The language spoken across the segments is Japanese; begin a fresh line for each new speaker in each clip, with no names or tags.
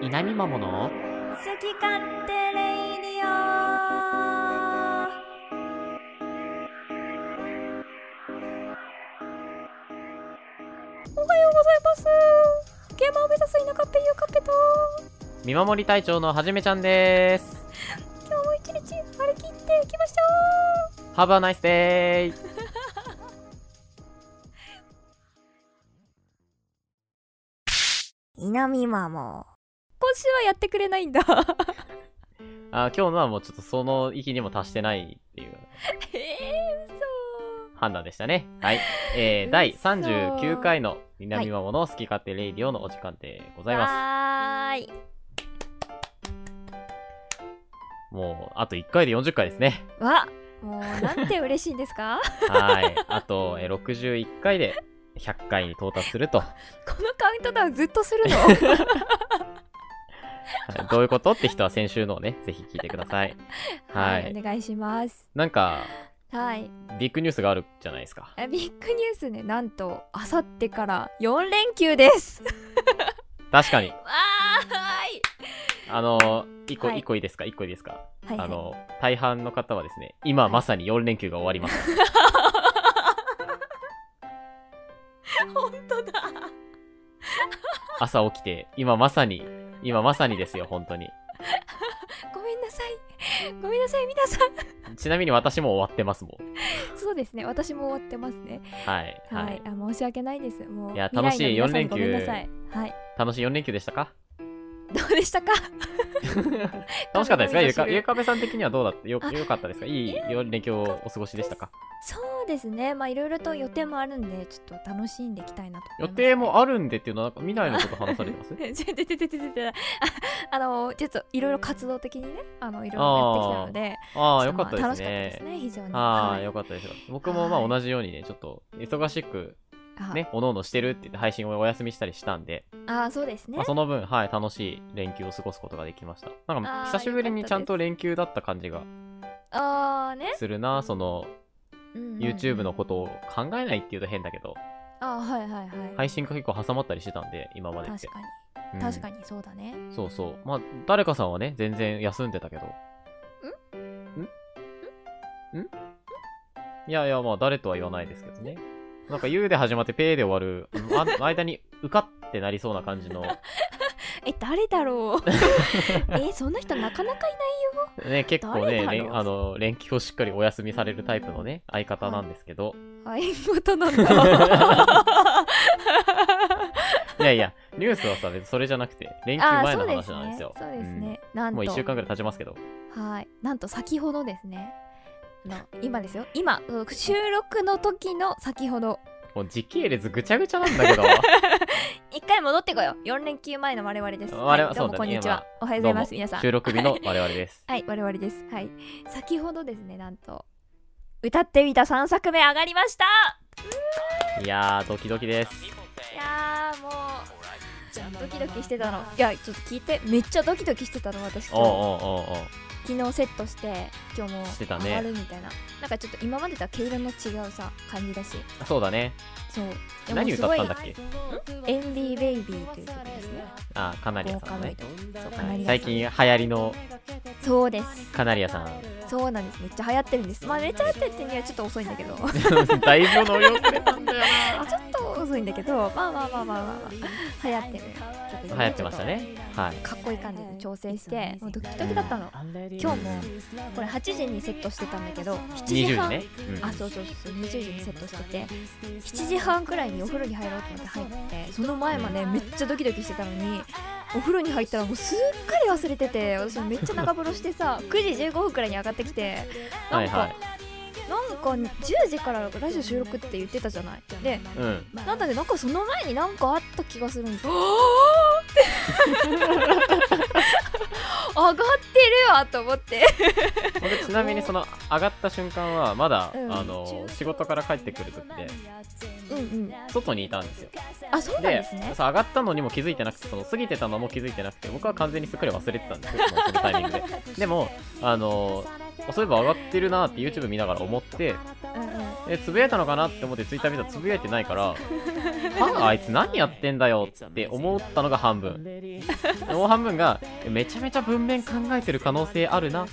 稲見まもの
好き勝手レイディオおはようございます現場を目指す田舎っぺゆうかっぺと
見守り隊長のはじめちゃんです
今日も一日張り切っていきましょう
ハブ a ナイスデイ
南マも今週はやってくれないん だ
あ今日のはもうちょっとその域にも達してないっていう
ええ嘘
判断でしたねはい、えー、第39回の南まもの好き勝手レイディオのお時間でございま
はー
す
い
もうあと1回で40回ですね
わ もうなんて嬉しいんですか
はいあと、えー61回で100回に到達すると、は
このカウントダウンずっとす る
い
の
どういうことって人は先週のをねぜひ聞いてくださいはい
お願いします
なんか
はい
ビッグニュースがあるじゃないですか
えビッグニュースねなんとあさってから4連休です
確かに
わー
あの、一個、
はい
一個いいですか一個いいですか、
いはいはい
あの、大半の方はですね、今まさに4連休が終わりま した。
本当だ
朝起きて、今まさに、今まさにですよ、本当に。
ごめんなさいごめんなさい皆さん
ちなみに私も終わってますもん。
そうですね私も終わってますね
はい、
は、
はいい。
あ申し訳ないですもう
い
い
や楽しい
4
四連
連休
休
ごめんなさいはい
楽しい4連休でした か
どうでしたか
楽しかったですかゆう
ご
か、
めんなさい
ゆうかべさん的にはどうだったよ、よかったですかいい
え
4連休をお過ごしでしたか
そうですねまあいろいろと予定もあるんでちょっと楽しんでいきたいなと
予
思います
定もあるんでっていうのは、なんか未来のこと話されてます
ちょちょちょちょちょちょああのちょっといろいろ活動的にねあのいろいろやってきたので
ああ、
ちょ
よ
と
か
ま
ったです
楽しかったです
ね。
ね非常に
ああ、
はい
よかったですよ。僕もま
は
あ
い
同じようにね、ちょっと忙しく
あ
ね、おのおのしてるって言って配信をお休みしたりしたんで、
ああそうですね
まあ、その分、はい、楽しい連休を過ごすことができました。なん
あ
か、
ー
久しぶりにちゃんと連休だった感じが
ああね、
するな、その、
うんうんうん
YouTube のことを考えないっていうと変だけど、
ああはいはいはい、
配信が結構挟まったりしてたんで、今までっ
確
て。
かに
うん
確かにそうだね、
そうそう。まあ、誰かさんはね、全然休んでたけど。んんいやいや、まあ、誰とは言わないですけどね。なんか、U で始まって、ペーで終わる、あの間に、うかってなりそうな感じの、
え誰だろう えそんな人なかなかいない
ね、結構
誰
ね、
だろう
連あの連休をしっかりお休みされるタイプのね、相方なんですけど、
あいこと なんだ
い、やいや、ニュースはさ、別にそれじゃなくて、連休
あ
前
そ
の
うで
話
す
なんで
ね
すよ。
そうで
う
す
ん
ね、なん
もう1週
と
間ぐらい経ちますけど、
はいなんと先ほどですねあの今ですよ今うん収録の時の先ほど
もう時系列ぐちゃぐちゃなんだけど、
一回戻ってこよう4連休前の我々です
我々
はい、ど
そうだ
うも
ね
こんにちは、おはようご
ど
ざいうま
も
す皆さん
収録日の我々です。
はい、我々です。はい。先ほどですね、なんと、歌ってみた3作目上がりました
いやー、ドキドキです。
いやー、もう、ドキドキしてたの。いや、ちょっと聞いて、めっちゃドキドキしてたの、私
おうお
今日。
うおうおう
昨日セットして、今日も
してた
上
ね
がるみたいな。なんかちょっと今までとは毛色の違うさ、感じだし。
そうだね。
そう。でも
何
す
歌っ
ごい
たんだっけ
エンビーベイビーという曲ですね。
あー、カナリアさんのね。
ボーカロイドそう、カナ
は
リ
い
ア
最近流行りの
そうです。
カナリアさん。
そうなんです。めっちゃ流行ってるんです。まあ、めっちゃ流行ってるってにはちょっと遅いんだ けど。
だいぶ乗り 遅れたんだよ
あちょっと遅いんだけど、まあまあまあまあまあ、まあ、流行ってる曲で
な。流行ってましたね。はい。
かっこいい感じで挑戦してもうドキドキだったの、今日もこれ8時にセットしてたんだけど7
20
時
時
半
ね。うん
あそうそうそう20時にセットしてて7時半くらいにお風呂に入ろうと思って入ってその前までめっちゃドキドキしてたのにお風呂に入ったらもうすっかり忘れてて私めっちゃ長風呂してさ9時15分くらいに上がってきてな
は
ん
い
か、
はい。
なんか10時からラジオ収録って言ってたじゃないで
うん。
なんだけどなんかその前になんかあった気がするんだ 上がってるわと思って
僕ちなみにその上がった瞬間はまだ、
うん
あの仕事から帰ってくる時で
うんうん
外にいたんですよ
あそうなんですね
そう上がったのにも気づいてなくてその過ぎてたのも気づいてなくて僕は完全にすっかり忘れてたんです よもうそのタイミングででもあのあそういえば上がってるなって YouTube 見ながら思って
うんうん
え、つぶやいたのかなって思ってツイッター見たらつぶやいてない から、ああいつ何やってんだよって思ったのが半分。もう半分が、えめちゃめちゃ文面考えてる可能性あるなっ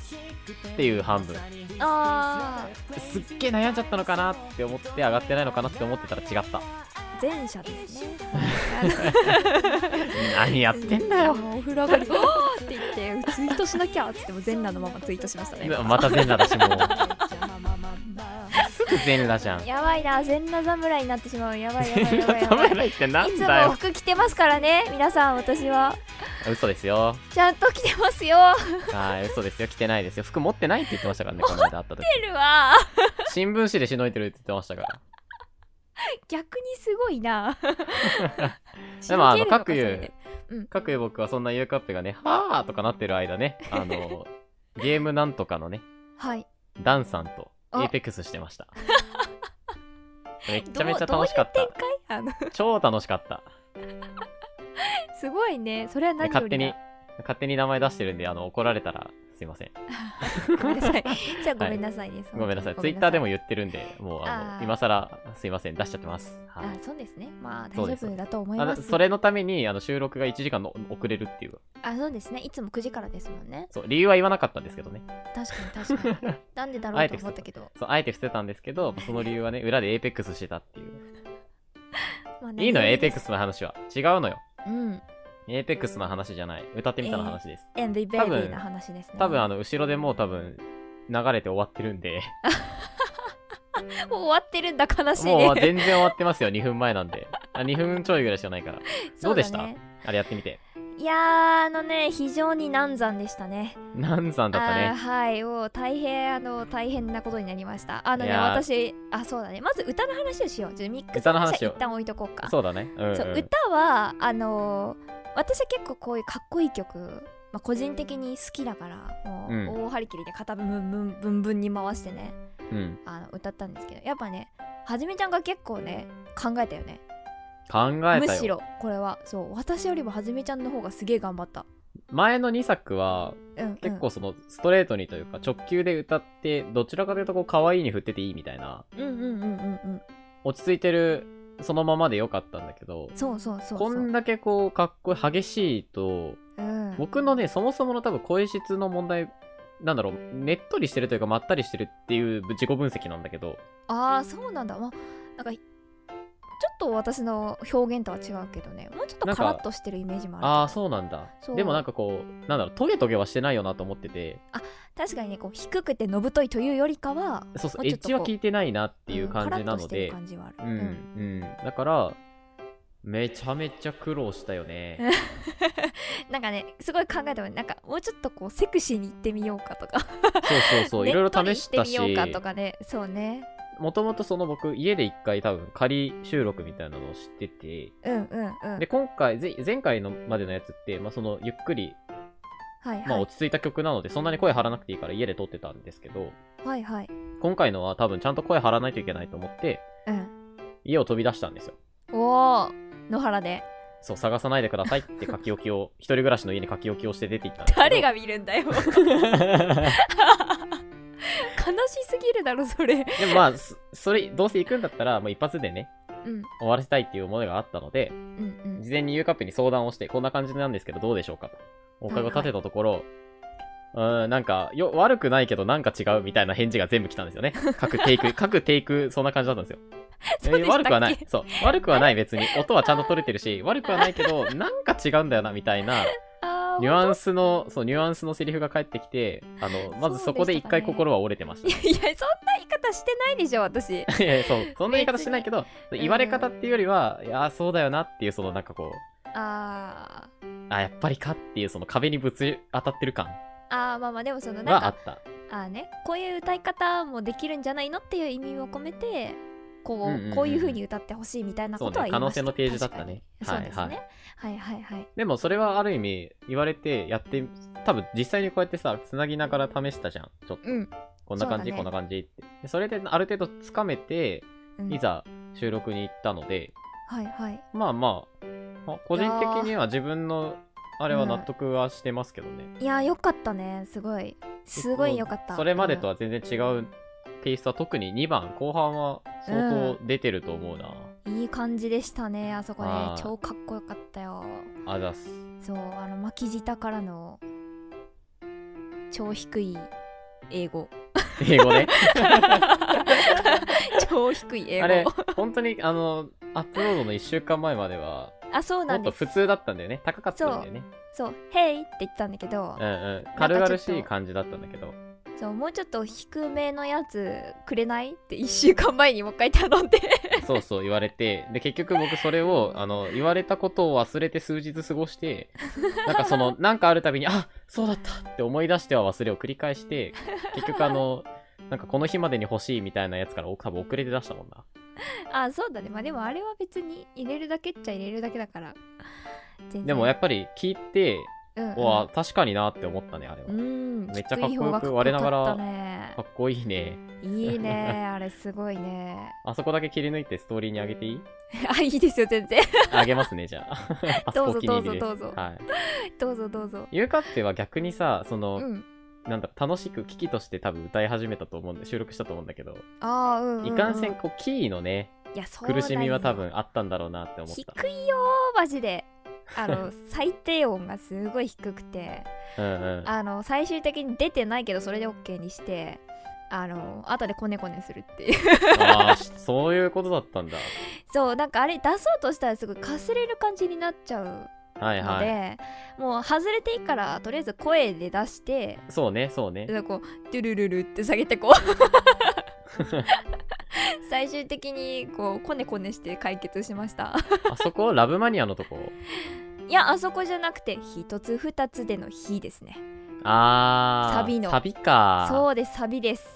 ていう半分。
あ
すっげえ悩んじゃったのかなって思って上がってないのかなって思ってたら違 った。
あ前者です ね
何やってんだよ。
もうお風呂上がり「おー!」って言ってツイートしなきゃっつっても全裸のままツイートしましたね
今また全裸だしもう。すぐ全裸じゃん。
やばいな全裸侍になってしまうやばいやばい
全
やば
裸
いやばい
侍ってないん
つ
だ
も
よ。
服着てますからね皆さん私は
嘘ですよ。
ちゃんと着てますよ
はい、嘘ですよ。着てないですよ。服持ってないって言ってましたからね、この間会 った時。
てるわ
新聞紙でしのいてるって言ってましたから。
逆にすごいな
でもあの
しけるか
各有
それでうん
かくいう僕はそんなゆうかっぺがね、はーとかなってる間ね、あの、ゲームなんとかのね、
はい
ダンさんと
あ
エイペックスしてま した。め
ど
ち
う
ゃめちゃ楽しかった
どういう。展開あの
超楽しかった。
すごいねそれは
で
何よ
勝手
り
に
だ、
勝手に名前出してるんで、あの、怒られたらすいません。
ごめんなさいじゃあごめんなさいです、
ごめんなさい。ツイッターでも
い
言ってるんで、もう、あ
あ
の、
ー
今更すいません。出しちゃってます。は
あ
い。
そうですねまあ
そ
大
うです
丈夫だと思い
あ
ま
の
す
それのためにあの収録が1時間の遅れるっていう
あそうですねいつも9時からですもんね
そう理由は言わなかったんですけ どね
確かに確かになんでだろうと思ったけど
そうあえて伏せたんですけどその理由はね裏でエイペックスしてたっていう
まあね
いいのよエイペック
そ
スの話は違うのよ
うですうん
エイペックスの話じゃない歌ってみたの話です、
and the
多分
baby の話ですね
多分あの後ろでもう多分流れて終わってるんで
もう終わってるんだ悲しいね
もう全然終わってますよ2分前なんであ2分ちょいぐらいしかないからど
そうう
で
だね
したあれやってみて
いやーあのね非常に難産でしたね
難産だった
あー
ね
はいもう大変あの大変なことになりましたあのね
いやー
私あそうだねまず歌の話をしようちょっとミックス
歌の話を
一旦置いとこうか
そうだねうん、うん、
そう歌はあのー私は結構こういうかっこいい曲、まあ、個人的に好きだからも
うん
う大張り切りで片分分分分分に回してね
うん、
あの歌ったんですけどやっぱねはじめちゃんが結構ね考えたよね
考え
む
た
し
よ
ろこれはそう私よりもはじめちゃんの方がすげえ頑張った、
前の2作は
うんうん
結構そのストレートにというか直球で歌ってどちらかというとこう可愛いに振ってていいみたいな
うんうんうんうんうん
落ち着いてるそのままでよかったんだけど
そうそうそうそう
こんだけこうかっこいい激しいと
うん
僕のねそもそもの多分声質の問題なんだろうねっとりしてるというかまったりしてるっていう自己分析なんだけど
ああそうなんだまあなんかちょっと私の表現とは違うけどねもうちょっ
な
と
んか
カラッとしてるイメージもある
ああ
けど
そうなんだ
そう
でもなんかこうなんだろうトゲトゲはしてないよなと思ってて
確かにねこう低くてのぶといというよりかは
そうそ
も
う
う
エ
ち
ッ
ょっと
ジは効いてないなっていう感じなので、
うんカラッとしてる感じはあ
う
る、
ん
うん、
うん、だからめちゃめちゃ苦労したよね
なん かねすごい考えたもんなんかもうちょっとこうセクシーに行ってみようかとか
そうそう そう、いろいろ試したし
ねっとり行ってみ、ようかとかねそうね
もともとその僕、家で一回多分仮収録みたいなのをしてて、
うんうんうん
で、今回、ぜ前回のまでのやつって、まあその、ゆっくり、
はいはい、
まあ落ち着いた曲なので、そんなに声張らなくていいから家で撮ってたんですけど、
はいはい
今回のは多分ちゃんと声張らないといけないと思って、
うん
家を飛び出したんですよ。
おお野原で
そう、探さないでくださいって書き置きを、一人暮らしの家に書き置きをして出て行ったんですけど
誰が見るんだよ 悲しすぎるだろそれ
でもまあ、そそれ、どうせ行くんだったら、もう一発でね、
うん
終わらせたいっていう思いがあったので、
うんうん
事前にユーカップに相談をして、こんな感じなんですけどどうでしょうかと。お伺いを立てたところ、うーん、なんか、よ、悪くないけどなんか違うみたいな返事が全部来たんですよね。各テイク、 各テイク、そんな感じだったんですよ。
そうでした
悪
っけ
くはない。そう。悪くはない別 に。音はちゃんと取れてるし、悪くはないけど、なんか違うんだよな、みたい な、
あ
ニュアンスの、そう、ニュアンスのセリフが返ってきて、あの、まずそこで一回
そうでしたかね
心は折れてま した
い。やいやそんな言い方してないでしょ私
いやいやそう、そんな言い方してないけど、
に
言われ方っていうよりは、いやー、そうだよなっていう、そのなんかこう、
あー
あ、やっぱりかっていう、その壁にぶつ当たってる感
あーまあまあでもそのなん
があ
か
った。
あーねこういう歌い方もできるんじゃないのっていう意味を込めてこう,、
うんうんうん
こういう風に歌ってほしいみたいなことは言いました
そうね可能性の提示だったね
確かに
は
そう
い
ですね、はい、はいはいはい
でもそれはある意味、言われてやって、多分実際にこうやってさ、つなぎながら試したじゃん。ちょっと、
うん
こんな感じ、
そうだね
こんな感じって。でそれである程度つかめて、
うん
いざ収録に行ったので、
はいはい
まあまあ、あ個人的には自分の、あれは納得はしてますけどね。
いやーよかったねすごいすごいよかった
それまでと
は
は全然違うテイストは特に2番後半は相当出てると思うな、
いい感じでしたねあそこね
あー
超かっこよかったよ
あざっす
そうあの巻き舌からの超低い英 語
英語ね
超低 い英語
あれ本当にあのアップロードの1週間前までは
あそう
も
な
っ
ん
と
です
普通だったんだよね高かったんだよね
そう「ヘイ!」って言ったんだけど
うんうん軽々しい感じだったんだけど
そうもうちょっと低めのやつくれないって1週間前にもう一回頼んで
そうそう言われてで結局僕それをあの言われたことを忘れて数日過ごしてなんかそ のなんかあるたびにあそうだったって思い出しては忘れを繰り返して結局あのなんかこの日までに欲しいみたいなやつから多分遅れて出したもんな
あそうだねまあでもあれは別に入れるだけっちゃ入れるだけだから全然
でもやっぱり聞いて
うんうん
わあ確かになって思ったねあれは
うん
めっちゃ
低い方が
かっこよく我ながら
かっこよか
か
っ
っこいいね
たねいいね あれすごいね
あそこだけ切り抜いてストーリーにあげていい
あいいですよ全然
あげますねじゃああそこお気に入りです
どうぞどうぞどうぞ
はい、
どうぞどうぞ
ゆうかっぺは逆にさその、
うん
なんだろう楽しく危機として多分歌い始めたと思うんで収録したと思うんだけど、
あーうんうんうん
いかんせんこうキーのね
いやそうだ
苦
よ
しみは多分あったんだろうなって思っ
低いよーマジであの 最低音がすごい低くて
たうんうん
あの最終的に出てないけどそれで OK にしてあの後でコネコネするっていう
ああそういうことだったんだ
そうなんかあれ出そうとしたらすごいかすれる感じになっちゃう
はい
の
は
で、
い
もう外れていいからとりあえず声で出して
そうねそうね
でこうドゥルルルって下げてこう 最終的にこうコネコネして解決しました
あそこラブマニアのとこ
いやあそこじゃなくて一つ二つでの「火」ですね
あー
サビの
サビか
そうですサビです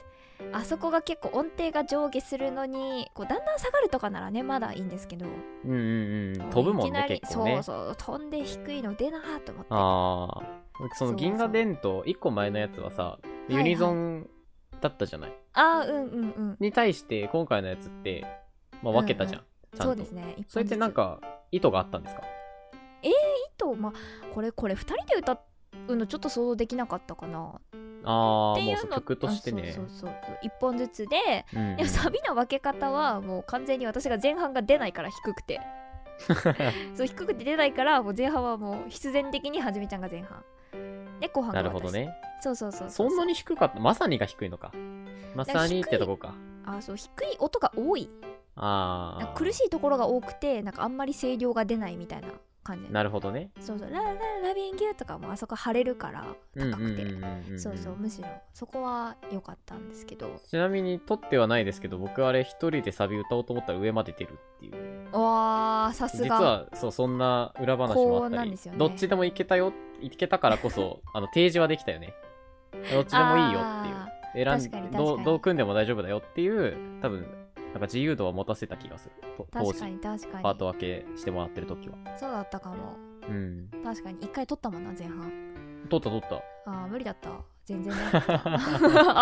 あそこが結構音程が上下するのにこうだんだん下がるとかならねまだいいんですけど
うんうんうん飛ぶもんね
いきなり
結構ね
そうそう飛んで低いの出なーと思って
ああそ
そうそ
の
う
銀河伝統1個前のやつはさ
い
ユニゾンだったじゃない、
あーうんうんうん
に対して今回のやつって、まあ、分けたじゃん、ちゃんと
そうですね
それってなんか意図があったんですか
一本ずつとまあこれこれ2人で歌うのちょっと想像できなかったかな
あ
っ
あ
てい
もう
う
そう
の
曲として
あ
ね
そうそうそう1本ずつで
うんうん
いやサビの分け方はもう完全に私が前半が出ないから低く てそう低くて出ないからもう前半はもう必然的にはじめちゃんが前半で後半が
な
私
るほどね
そうそうそう
そんなに低かったまさにが低いのかまさにってとこか
あそう低い音が多いなん
あ
か
あ
苦しいところが多くてなんかあんまり声量が出ないみたいな感じ
なるほどね
そうそう「ラララビンギュー」とかもあそこ晴れるから高くて、
うんうんうんうんうん
そうそうむしろそこは良かったんですけど
ちなみに撮ってはないですけど僕あれ一人でサビ歌おうと思ったら上まで出るっていう
わーさす
実
が
はそうそんな裏話もあ
高音
っ
な
た
ん
り、
ですよね
どっちでもいけたよいけたからこ そあの提示はできたよねどっちでもいいよっていう
あ確
選
かに
んど
確か
う
に
どう組んでも大丈夫だよっていう多分なんか自由度は持たせた気がすると
ー
当
確
時
かに確か
パート
に
分けしてもらってる時は
そうだったかも
うん
確かに一回撮ったもんな前半
撮った撮 った
あー無理だった全 然無理だった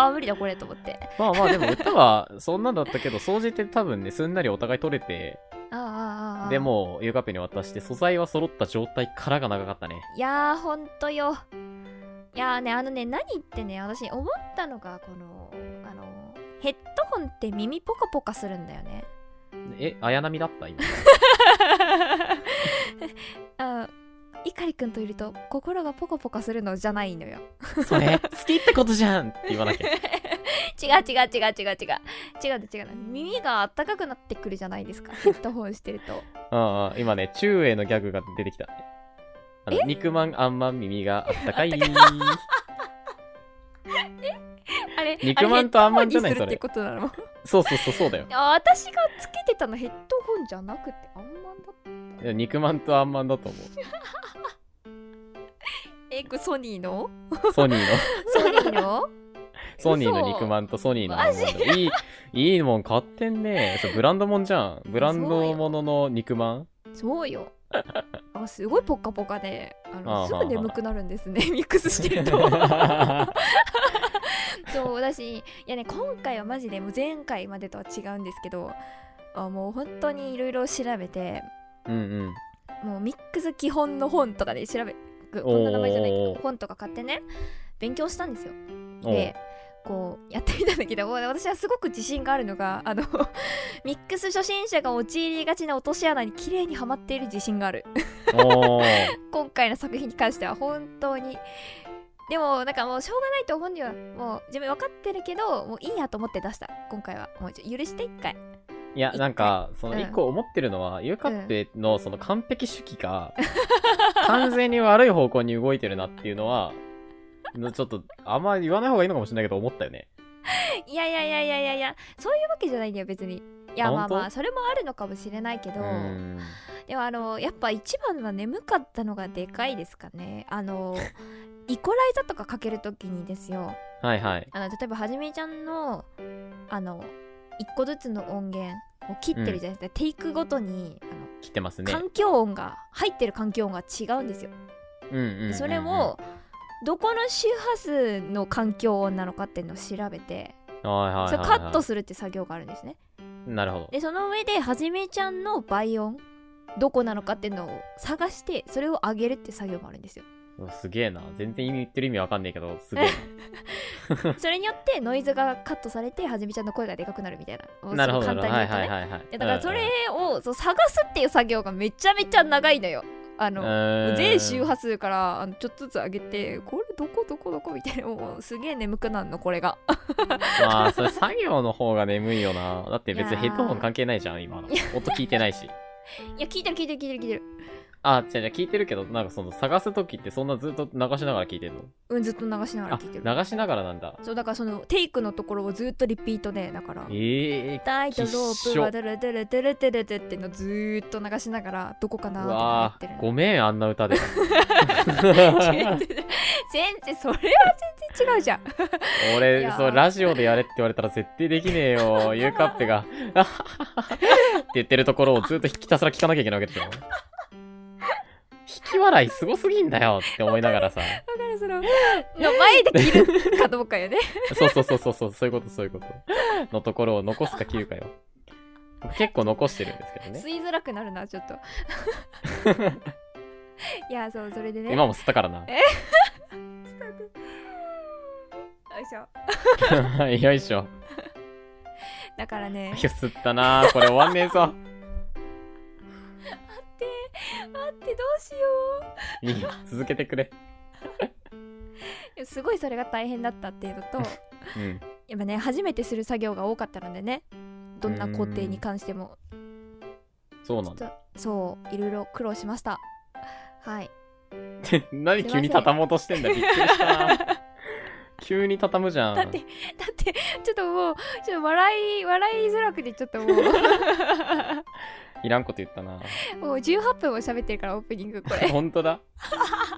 あー無理だこれと思って
まあまあでも歌はそんなんだったけど総じて多分ねすんなりお互い撮れて
あーあーあーあー
でもゆうかぺに渡して素材は揃った状態からが長かったね
いやーほんとよいやーねあのね何言ってね私思ったのがこのあのヘッドホンって耳ポカポカするんだよ ね
え綾波だった今
あ碇くんといると心がポカポカするのじゃないのよ
それ好きってことじゃんって言わなきゃ
違う違う違う違う違う違う違う耳があったかくなってくるじゃないです かヘッドホンしてると
うんうん今ね中英のギャグが出てきたあの肉まんあんまん耳があったかい
あれ
肉まんとあんまんじゃない
あれ
そ
ヘッドホンにするって
れ
ことなの
そうそうそうそうだよ
あ私がつけてたのヘッドホンじゃなくてあんまんだった
いや肉まんとあんまんだと思
えこれソニーの
うソニーの
ソニーの
ソニーの肉まんとソニーのアーモンド。いい、いいもん買ってんね。それブランドもんじゃん。ブランドものの肉ま ん
そ うよ。あすごいポッカポカであ
あ
の
あ
すぐ眠くなるんですねミックスして ると。
う
そう私いやね今回はマジでもう前回までとは違うんですけどあもう本当にいろいろ調べて
んうん。
もうミックス基本の本とかで調べこんな名前じゃないけ
お
ど
ー
本とか買ってね勉強したんですよ。
おう
でこうやってみたんだけどもうね私はすごく自信があるのがあの ミックス初心者が陥りがちな落とし穴に綺麗にはまっている自信がある
おー
今回の作品に関しては本当にでもなんかもうしょうがないと思うんだよもう自分分かってるけどもういいやと思って出した今回はもうちょ許して一回
いやなんかその
うん
一個思ってるのは、ユカッペのその完璧主義が完全に悪い方向に動いてるなっていうのはのちょっとあんま言わない方がいいのかもしれないけど思ったよね
いやいやいやいやいやいやそういうわけじゃないんだよ別にいや
あ
まあま
本
あそれもあるのかもしれないけど
うーん
でもあのやっぱ一番は眠かったのがでかいですかね あのイコライザとかかけるときにですよ
はいはい
あの例えばはじめちゃんのあの一個ずつの音源を切ってるじゃないですか、テイクごとにあの
来てますね
環境音が入ってる環境音が違うんですよ
うんうんうんうん
それをどこの周波数の環境音なのかっていうのを調べて
はいはいはいはい
それをカットするって作業があるんですね
なるほど
でその上ではじめちゃんの倍音どこなのかっていうのを探してそれを上げるって作業もあるんですよ
うわすげえな全然意味言ってる意味わかんないけどすげえ
それによってノイズがカットされてはじめちゃんの声がでかくなるみ たいな
ななるほどな
すご
る
い
ほどはい
簡単に言うとね、
はいはいはい
いやだからそれをそう探すっていう作業がめちゃめちゃ長いのよあの
の
全周波数からあのちょっとずつ上げてこれどこどこどこみたいなもうすげえ眠くなるのこれが
まあそれ作業の方が眠いよなだって別に
いやー
ヘッドホン関係ないじゃん今の音聞いてないし
いや聞いてる聞いてる聞いてる聞いてる
あ違う違う聞いてるけどなんかその探す時ってそんなずっと流しながら聞いてんの
うんずっと流しながら
あ
聞いてる
流しながらなんだ
そうだからそのテイクのところをずっとリピートでだから
ええ
タイとロープは
き
ドゥルドゥルドゥルドゥルドゥルってのずーっと流しながらどこか
ー
な
う
ーっ
わ
てやっ
ー
てる
ごめんあんな 歌で
全然全然それは全然違うじゃんい
俺
やー
そうラジオでやれって言われたら絶対できねえ よゆうかっぺが って言ってるところをずっとひたすら聞かなきゃいけないわけでしょ引き笑いすごすぎんだよって思いながらさ
だからそのの前で切るかどうか よね
そうそうそうそうそうそういうことそういうことのところを残すか切るかよ結構残してるんですけどね
吸いづらくなるなち ょっといやそうそれでね
今も吸ったからな
よいしょ
よいしょ
だからね
いや吸ったなこれ終わんねえぞ
待って待ってどうしよ
いいよ続けてくれ
ういやすごいそれが大変だったっていうのと
うん
やっぱね初めてする作業が多かったのでねどんな工程に関しても
そう
ちょ
なん
っ
だ
とそういろいろ苦労しました はい
何急に畳もうとしてんだびっくりした 急に畳むじゃん
だってだってちょっともうちょっと笑い笑いづらくてちょっともう
いらんこと言ったな
もう18分も喋ってるからオープニン グこれ
本当だ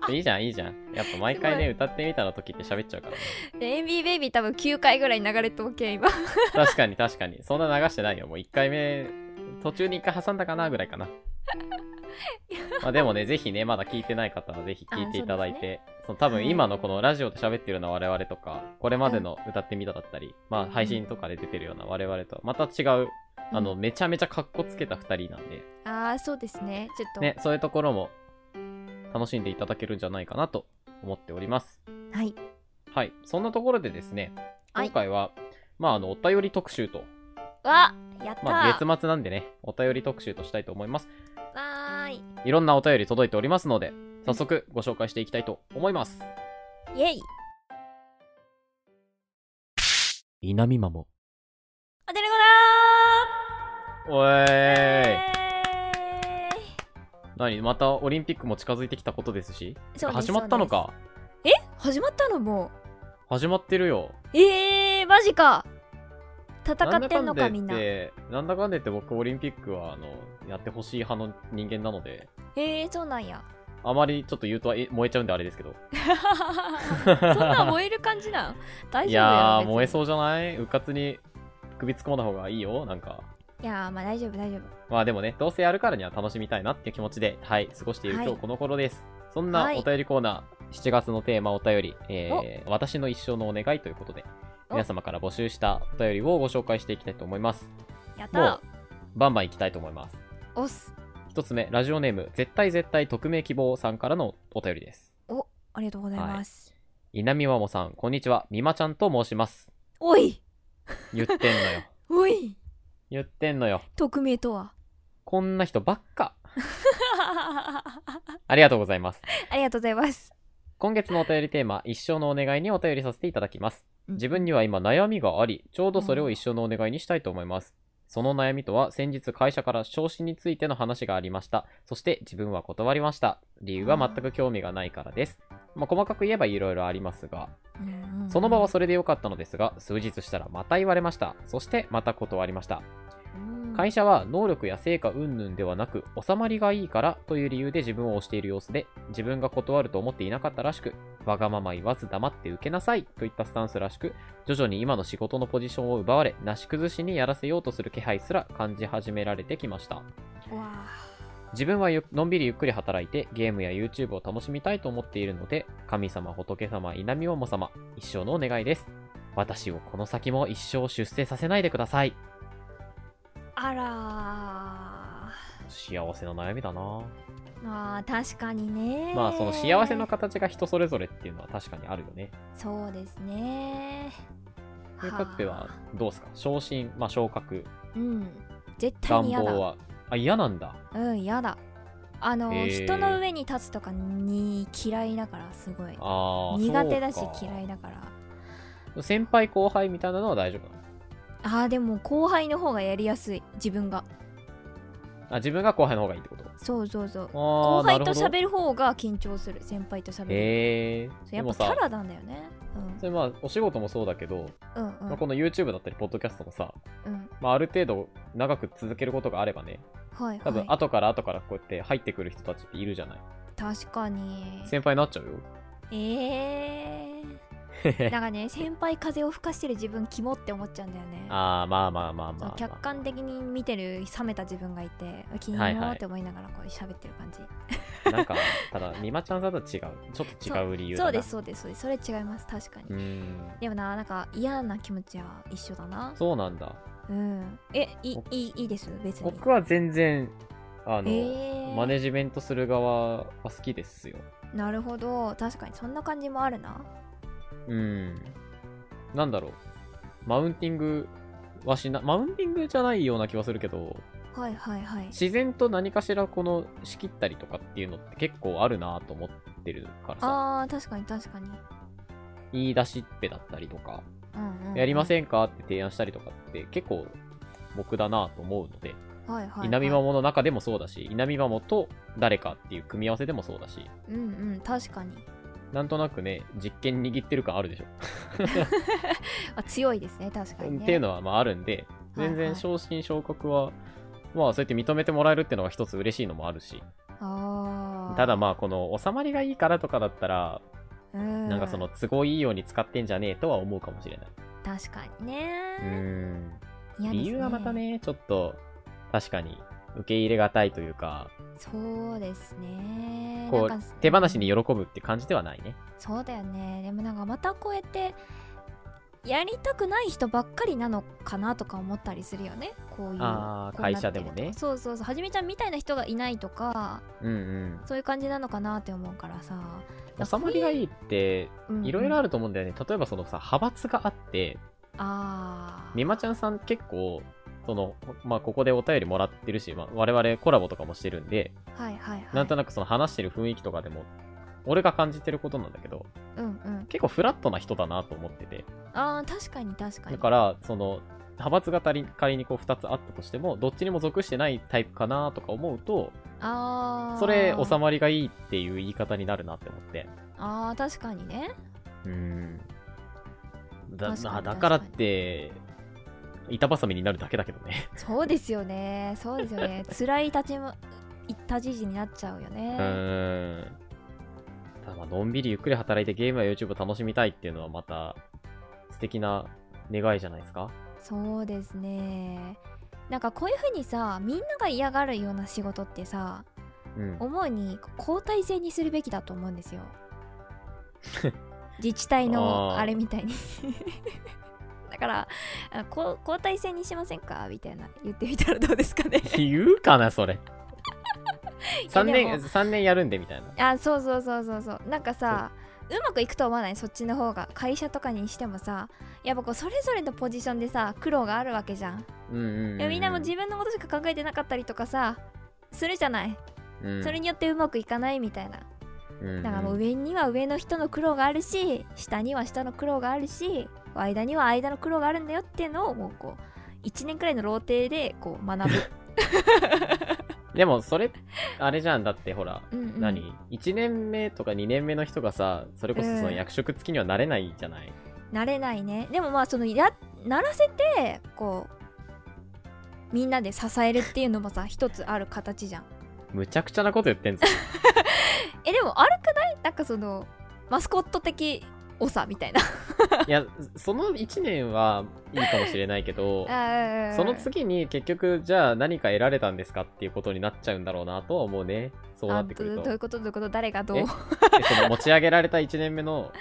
いいじゃんいいじゃんやっぱ毎回
す
ね歌ってみたの時って喋っちゃうから、ね、
で MB ベイビー多分9回ぐらい流れとおけ今
確かに確かにそんな流してないよもう1回目途中に1回挟んだかなぐらいか なまあでもねぜひねまだ聞いてない方はぜひ聞いていただい
あ
て
そ
そ、
う
の
で
多分今のこのラジオで喋ってるのは我々とかこれまでの歌ってみただったり、まあ配信とかで出てるような我々とはまた違うあの、めちゃめちゃかっこつけた2人なんで
ああそうですねちょっと、
ねそういうところも楽しんでいただけるんじゃないかなと思っております
はい
はいそんなところでですね
はい
今回は、まああのお便り特集と
わやったー、
まあ、月末なんでね、お便り特集としたいと思います。
わーい
いろんなお便り届いておりますので、早速ご紹介していきたいと思います。
イエイ
稲見まも。
おてれ
おえ
ご
ー
だ
い。
ー
何またオリンピックも近づいてきたことですし、
そうです
始まったのか。
始まったのも
始まってるよ。
うえー、マジか戦ってんのか
だ言
みん
っ
なえ
てなんだかんだ言って僕オリンピックはあのやってほしい派の人間なので、
ー、そうな んや
あまりちょっと言うとえ燃えちゃうんであれですけど。
そんな燃える感じなん大
い
丈夫や
やー、
ろ別に
燃えそうじゃないうかつに首突っ込まない方がいいよ、なんか。
いやーまあ大丈夫大丈
まあでもね、どうせやるからには楽しみたいなっていう気持ちで、はい、過ごしている
はい
今日この頃です。そんな
はい
お便りコーナー、7月のテーマお便り、えー私の一生のお願いということで、
お
皆様から募集したお便りをご紹介していきたいと思います。
夫やった
も
ー
う、バンバンいきたいと思います。
おっす
一つ目、ラジオネーム、絶対絶対匿名希望さんからのお便りです。
ありがとうございます、
稲見まもさん、こんにちは。みまちゃんと申します。
おい
言ってんのよ。
おい
言ってんのよ。
匿名とは
こんな人ばっか。
あ
ありがとうございます。
りがとうございます
今月のお便りテーマ、一生のお願いにお便りさせていただきます。
うん
自分には今悩みがあり、ちょうどそれを一生のお願いにしたいと思います。その悩みとは、先日会社から昇進についての話がありました。そして自分は断りました。理由は全く興味がないからです。まあ、細かく言えば色々ありますが、
うんうん
その場はそれで良かったのですが、数日したらまた言われました。そしてまた断りました。
うん
会社は能力や成果云々ではなく収まりがいいからという理由で自分を推している様子で自分が断ると思っていなかったらしくわがまま言わず黙って受けなさいといったスタンスらしく徐々に今の仕事のポジションを奪われなし崩しにやらせようとする気配すら感じ始められてきました
わ
自分はゆのんびりゆっくり働いてゲームや YouTube を楽しみたいと思っているので神様仏様稲見桃様一生のお願いです私をこの先も一生出世させないでください
ああら
幸せな悩みだな
ーまあ確かにね
まあその幸せの形が人それぞれっていうのは確かにあるよね。
そうですね
ということではどうですか昇進、まあ、昇格、
うん絶対
願
に嫌だ
望は。あ、嫌なんだ。
うん嫌だあの、
へー
人の上に立つとかに嫌いだからすごい
ああ、
苦手だし嫌
い。
いだから
先輩後輩みたいなのは大丈夫なの
あーでも後輩の方がやりやすい自分が
あ自分が後輩の方がいいってこと
そうそうそう
後
後輩と
る
喋る方が緊張する先輩と喋
ほ
る
ど。へえ
そう
ー。で
やっ
も
ぱキ
さ
ャ、ラなんだよね
それまあお仕事もそうだけど、
うんうんう
まあ、
ん
この YouTube だったり、ポッドキャストもさ、
うん
まあ、ある程度長く続けることがあればね、
はい
多分
はい
後から後からこうやって入ってくる人たちっているじゃない。
確かに
先輩になっちゃうよ。
えー、なんかね先輩風を吹かしてる自分キモって思っちゃうんだよね
ああ、まあまあまあま
そ
あ、
う
まあ。
客観的に見てる冷めた自分がいて気に
はい
も
はい
って思いながらこう喋ってる感じ、
なんか、ただ、みまちゃんさんとは違う。ちょっと違う理由だ
そ
な
うです。そうですそうですそれ違います確かに、
うーん。
でもななんか嫌な気持ちは一緒だな
そうなんだ。
うんえい
僕
いいいいです別に
僕は全然、あの、
えー
マネジメントする側は好きですよ。
なるほど確かにそんな感じもあるな
うん。なんだろう。マウンティングはしな、マウンティングじゃないような気はするけど、
はいはいはい
自然と何かしらこの仕切ったりとかっていうのって結構あるなと思ってるからさ、
あー確かに確かに、
言い出しっぺだったりとか、
うんうんうん
やりませんかって提案したりとかって結構僕だなと思うので、
はいはい、はい、
稲見マモの中でもそうだし、稲見マモと誰かっていう組み合わせでもそうだし、
うんうん確かに
なんとなくね、実験握ってる感あるでしょ。
あ強いですね確かに、ね、
っていうのはまああるんで、全
はいは
然
い
昇進昇格は、まあそうやって認めてもらえるっていうのが一つ嬉しいのもあるし、
あー
ただまあこの収まりがいいからとかだったら、
うん
なんかその都合いいように使ってんじゃねえとは思うかもしれない。
確か
う
にね
ーん。
嫌です
理由がまたね、ちょっと確かに受け入れがたいというか、
そうですね
こ
なん
う
か
手放しに喜ぶって感じではないね。
そうだよねでもなんかまたこうやってやりたくない人ばっかりなのかなとか思ったりするよねこういう
あー
こうな
会
ってると
社でもね
そうそうそうはじめちゃんみたいな人がいないとか
うんうん。
そういう感じなのかなって思うからさ
収まりがいいっていろいろあると思うんだよね、例えばそのさ派閥があって
あ
みまちゃんさん結構そのまあここでお便りもらってるし、まあ、我々コラボとかもしてるんで、
あはいはいはい
なんとなくその話してる雰囲気とかでも俺が感じてることなんだけど
うんうん
結構フラットな人だなと思ってて
あー確かに確かに
だからその派閥が仮に仮にこう2つあったとしてもどっちにも属してないタイプかなとか思うと
あー
それ収まりがいいっていう言い方になるなって思って
あー確かにね
うんだ
確
まあ
かに確かに
だからって板挟みになるだけだけどね、
そうですよねそうですよ ね辛い立ちも立ち位置になっちゃうよね
うーんただまあのんびりゆっくり働いてゲームや YouTube を楽しみたいっていうのはまた素敵な願いじゃないですか
そうですねなんかこういうふうにさみんなが嫌がるような仕事ってさ
うん
思うに交代制にするべきだと思う んですよ自治体の
あー
あれみたいに だからあこう交代制にしませんかみたいな言ってみたらどうですかね
言うかな それ
や
3
で
年
も
三年やるんでみたいな
あそうそうそうそうそうなんかさうまくいくと思わないそっちの方が会社とかにしてもさやっぱこうそれぞれのポジションでさ苦労があるわけじゃん
うんうん
いやみんなも自分のことしか考えてなかったりとかさするじゃない
分
それによってうまくいかないみたいなだからもう上には上の人の苦労があるし下には下の苦労があるし間には間の苦労があるんだよっていうのをもうこう1年くらいのローテでこう学ぶ、
でもそれあれじゃんだってほら
うんうん
何1年目とか2年目の人がさそれこそその
うん
役職付きにはなれないじゃない、
なれないねでもまあそのやならせてこうみんなで支えるっていうのもさ一つある形じゃん
むちゃくちゃなこと言っ てんぞ
えでもあるくないなんかそのマスコット的長みたいな
いやその1年はいいかもしれないけど
あー
その次に結局じゃあ何か得られたんですかっていうことになっちゃうんだろうなとは思うねそうな
あ
ってく
ど
る
ど
と
ういうことどういうこと誰がどう
えでその持ち上げられた1年目の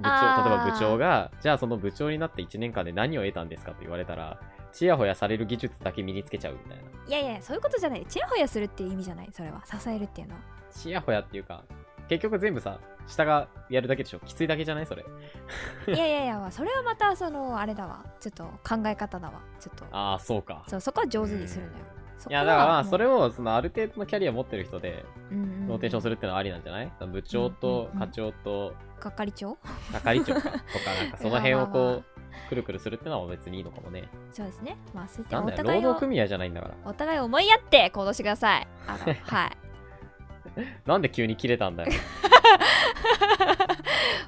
部
あ
長
ー
例えば部長がじゃあその部長になって1年間で何を得たんですかと言われたらちやほやされる技術だけ身につけちゃうみたいない
やいやそういうことじゃないチヤホヤするっていう意味じゃないそれは支えるってい うのは
ちやほやっていうか結局全部さ下がやるだけでしょきついだけじゃないそれ
いやいやいやそれはまたそのあれだわちょっと考え方だわちょっと
ああそうか
そうそこは上手にするのよ
い
そこは
やだからまあ
もう
それをそのある程度のキャリア持ってる人で
うんうんうん
ローテーションするってのはありなんじゃない、部長と課長と
係長
係長かと かなんかその辺を
まあまあ
こ
ま
うくるくるするってのは別にいいのかもね
そうですねまあそういった
なん
お
だよ
互
労
いを
働組合じゃないんだから
お互い思いやって行動してください。あ のはい。
なんで急に切れたんだよ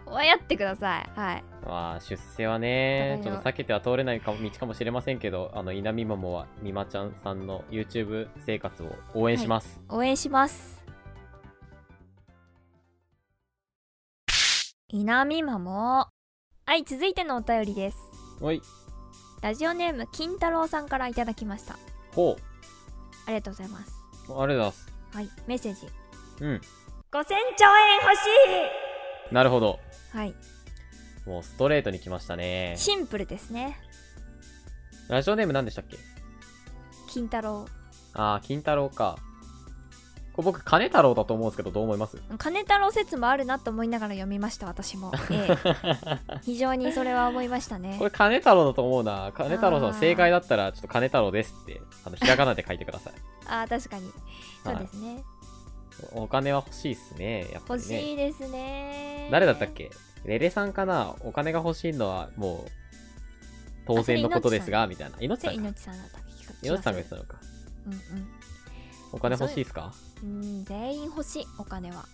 思いやってください。はい。
まあ出世はね
お
ちょっ
互いを
と避けては通れないかも道かもしれませんけどあの稲見桃はみまちゃんさんの YouTube 生活を応援します、
応援します。稲見まも。はい、続いてのお便りです。
おい
ラジオネーム金太郎さんからいただきました。
ほ
ありがとうございます。
うありがとうございます
はい、メッセージ。
うん
5000兆円欲し
なるほど
い。はい、
もうストレートに来ましたね
シンプルですね。
ラジオネーム何でしたっけ
金太郎。
ああ金太郎かこれ僕金太郎だと思うんですけどどう思います
金太郎説もあるなと思いながら読みました、私も。ええ 非常にそれは思いましたね
こ。れ金太郎だと思うな金太郎さん正解だったらちょっと金太郎ですってあのひらがなで書いてく ださい
ああ、確かに。そうですね。
お金は欲しいっすねやっぱ
欲
りね
しいですね
誰だったっけレレさんかなお金が欲しいのはもう当然のことですがみたいな命さ
で
んか
命さんだった気が
命さんが言っ
気
て
す
た
る
のか
う
お金欲しいっすか
んうんうん全員欲しいお金は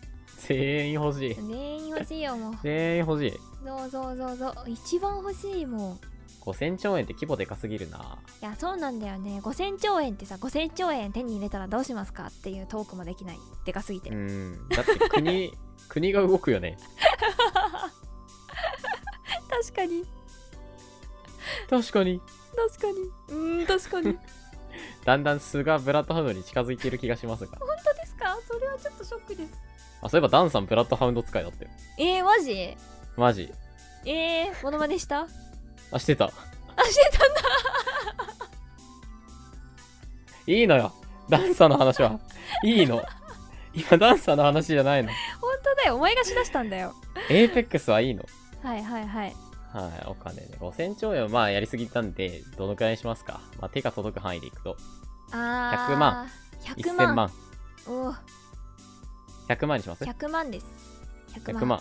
全員欲しい
全員欲しいよもう
全員欲しい
そうそうそうそう一番欲しいもん
5000兆円って規模でかすぎるない
やそうなんだよね5000兆円ってさ5000兆円手に入れたらどうしますかっていうトークもできないでかすぎて、
うんだって 国国が動くよね
確かに
確かに
確かにうん確かに
だんだん数がブラッドハウンドに近づいている気がしますが
本当ですかそれはちょっとショックです
あそういえばダンさんブラッドハウンド使いだったよ
えー、マジえ
マジ
ー、モノマネした
あしてた
あしてた
いいのよダンさんの話はいいの今ダンさんの話じゃないの
本当だよお前がしだしたんだよ
エーペックスはいいの
はいはいはい
はい、お金ね。5000兆円はまあやりすぎたんで、どのくらいにしますか。まあ、手が届く範囲でいくと、
あー
100万
100
1000
万
万。
おお
100万にします
100万です100
?100 万。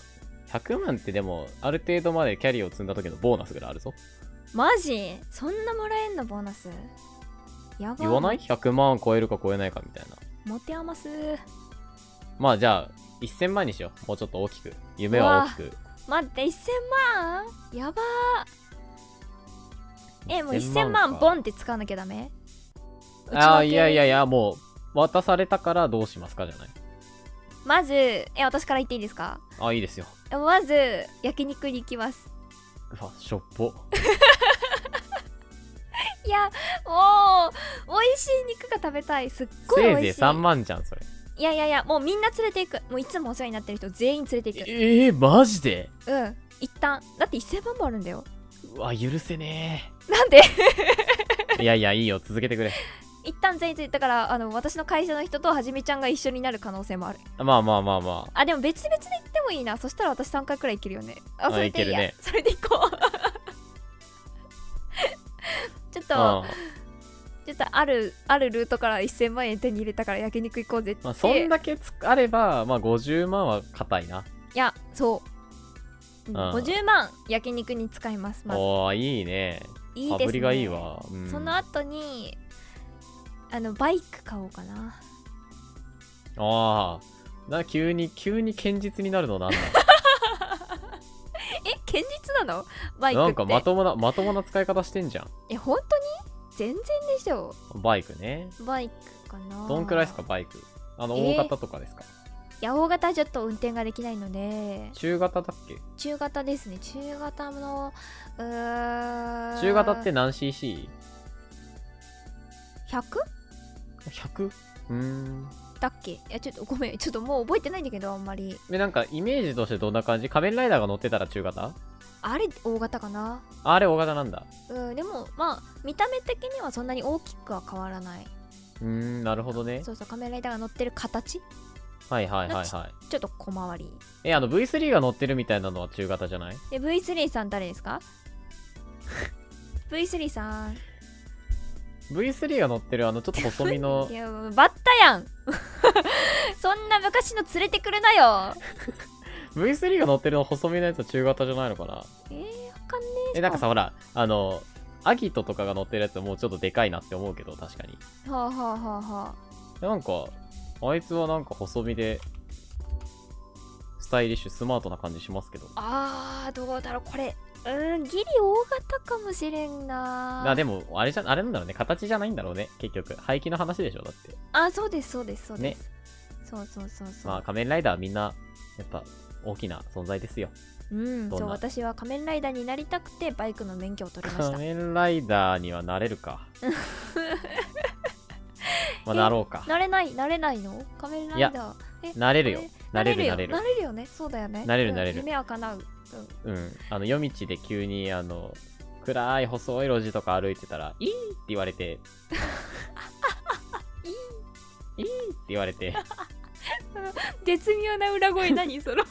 100万ってでも、ある程度までキャリアを積んだ時のボーナスぐらいあるぞ。
マジそんなもらえんのボーナスやば
言わない ?100 万超えるか超えないかみたいな。
持て余す
まあじゃあ、1000万にしよう。もうちょっと大きく。夢は大きく。
待って1000万やばーえもう1000
1000
万
か
ボンって使わなきゃダメ
ああ、いやいや
い
いや、もう、渡されたからどうしますかじゃない。
まずえ私から言っていいですか
ああ、いいですよ。
えまず焼肉に行きます
うわ、しょっぽ。
いやもう美味しい肉が食べたいすっごい美
せい
味しい
ぜい3万じゃん、それ。
いやいやいやもうみんな連れていくもういつもお世話になってる人全員連れていく
ええー、マジで
うん一旦だって1000万もあるんだよ
うわ、許せね
なんで
え。いやいや、いいよ。続けてくれ。
一旦全員ついだからあの私の会社の人とはじめちゃんが一緒になる可能性もある
まあまあまあま
あでも別々で行ってでもいいなそしたら私3回くらいいけるよねあ
うん
それでい
いけ
いや、
るね
それでいこう ちょっと、
うん
ちょっとあるあるルートから1000万円手に入れたから焼肉行こうぜって、
まあ、そんだけつあれば、まあ、50万は硬いな。
いやそう、うん
うん
50万焼肉に使いますまず
おー、いいね。
いい
羽
です
振
ね
りがいいわ。うん
その後にあのバイク買おうかな
ああ。な、急に、急に堅実になるのなんだ。
え堅実なのバイクって
なんかまともな、まともな使い方してんじゃん。
え本当に全然でしょ
バイクね。
バイクかな
どんくらいですか、バイク。あの、
えー
大型とかですか。
八尾型はちょっと運転ができないので
中型だっけ
中型ですね中型のうーん
中型って何 cc?100? うーん。
100? だっけいやちょっとごめんちょっともう覚えてないんだけどあんまり
で、なんか、イメージとしてどんな感じ仮面ライダーが乗ってたら中型
あれ大型かな
あれ、大型なんだ。
うんでもまあ見た目的にはそんなに大きくは変わらないう
ーん、なるほどね。
そうそう仮面ライダーが乗ってる形
はいはいはいはい。
ちょっと小回り
え、あの V3 が乗ってるみたいなのは中型じゃない
で V3 さん誰で すか V3 さん
?V3 が乗ってるあのちょっと細身の
いやバッタやん そんな昔の連れてくるなよ
V3 が乗ってるの細身のやつは中型じゃないのかな
えー、わかんね
え、なんかさほら、あの、アギトとかが乗ってるやつはもうちょっとでかいなって思うけど確かに。
えはあはあはあはあ
なんか、あいつはなんか細身で、スタイリッシュ、スマートな感じしますけど。
あーどうだろうこれうーんギリ大型かもしれんな
あでも、あれじゃ、あれなんだろうね。形じゃないんだろうね。結局。排気の話でしょだって。
あそうですそうですそうで
ね
す、そうそうそうそう、
まあ、仮面ライダーはみんな、やっぱ、大きな存在ですよ。
うん
どん
そ
な
う私は仮面ライダーになりたくてバイクの免許を取りました
仮面ライダーにはなれる か。まあ、なろうか。
なれないなれないの仮面ライダーえ
なれるよ
え。
なれるなれる
な。れるよねそうだよね
なれる
うん
なれる
夢は叶う
うん。あの、夜道で急に、あの、暗い細い路地とか歩いてたら、いいって言われ て、いいって言われて、
絶妙な裏声何その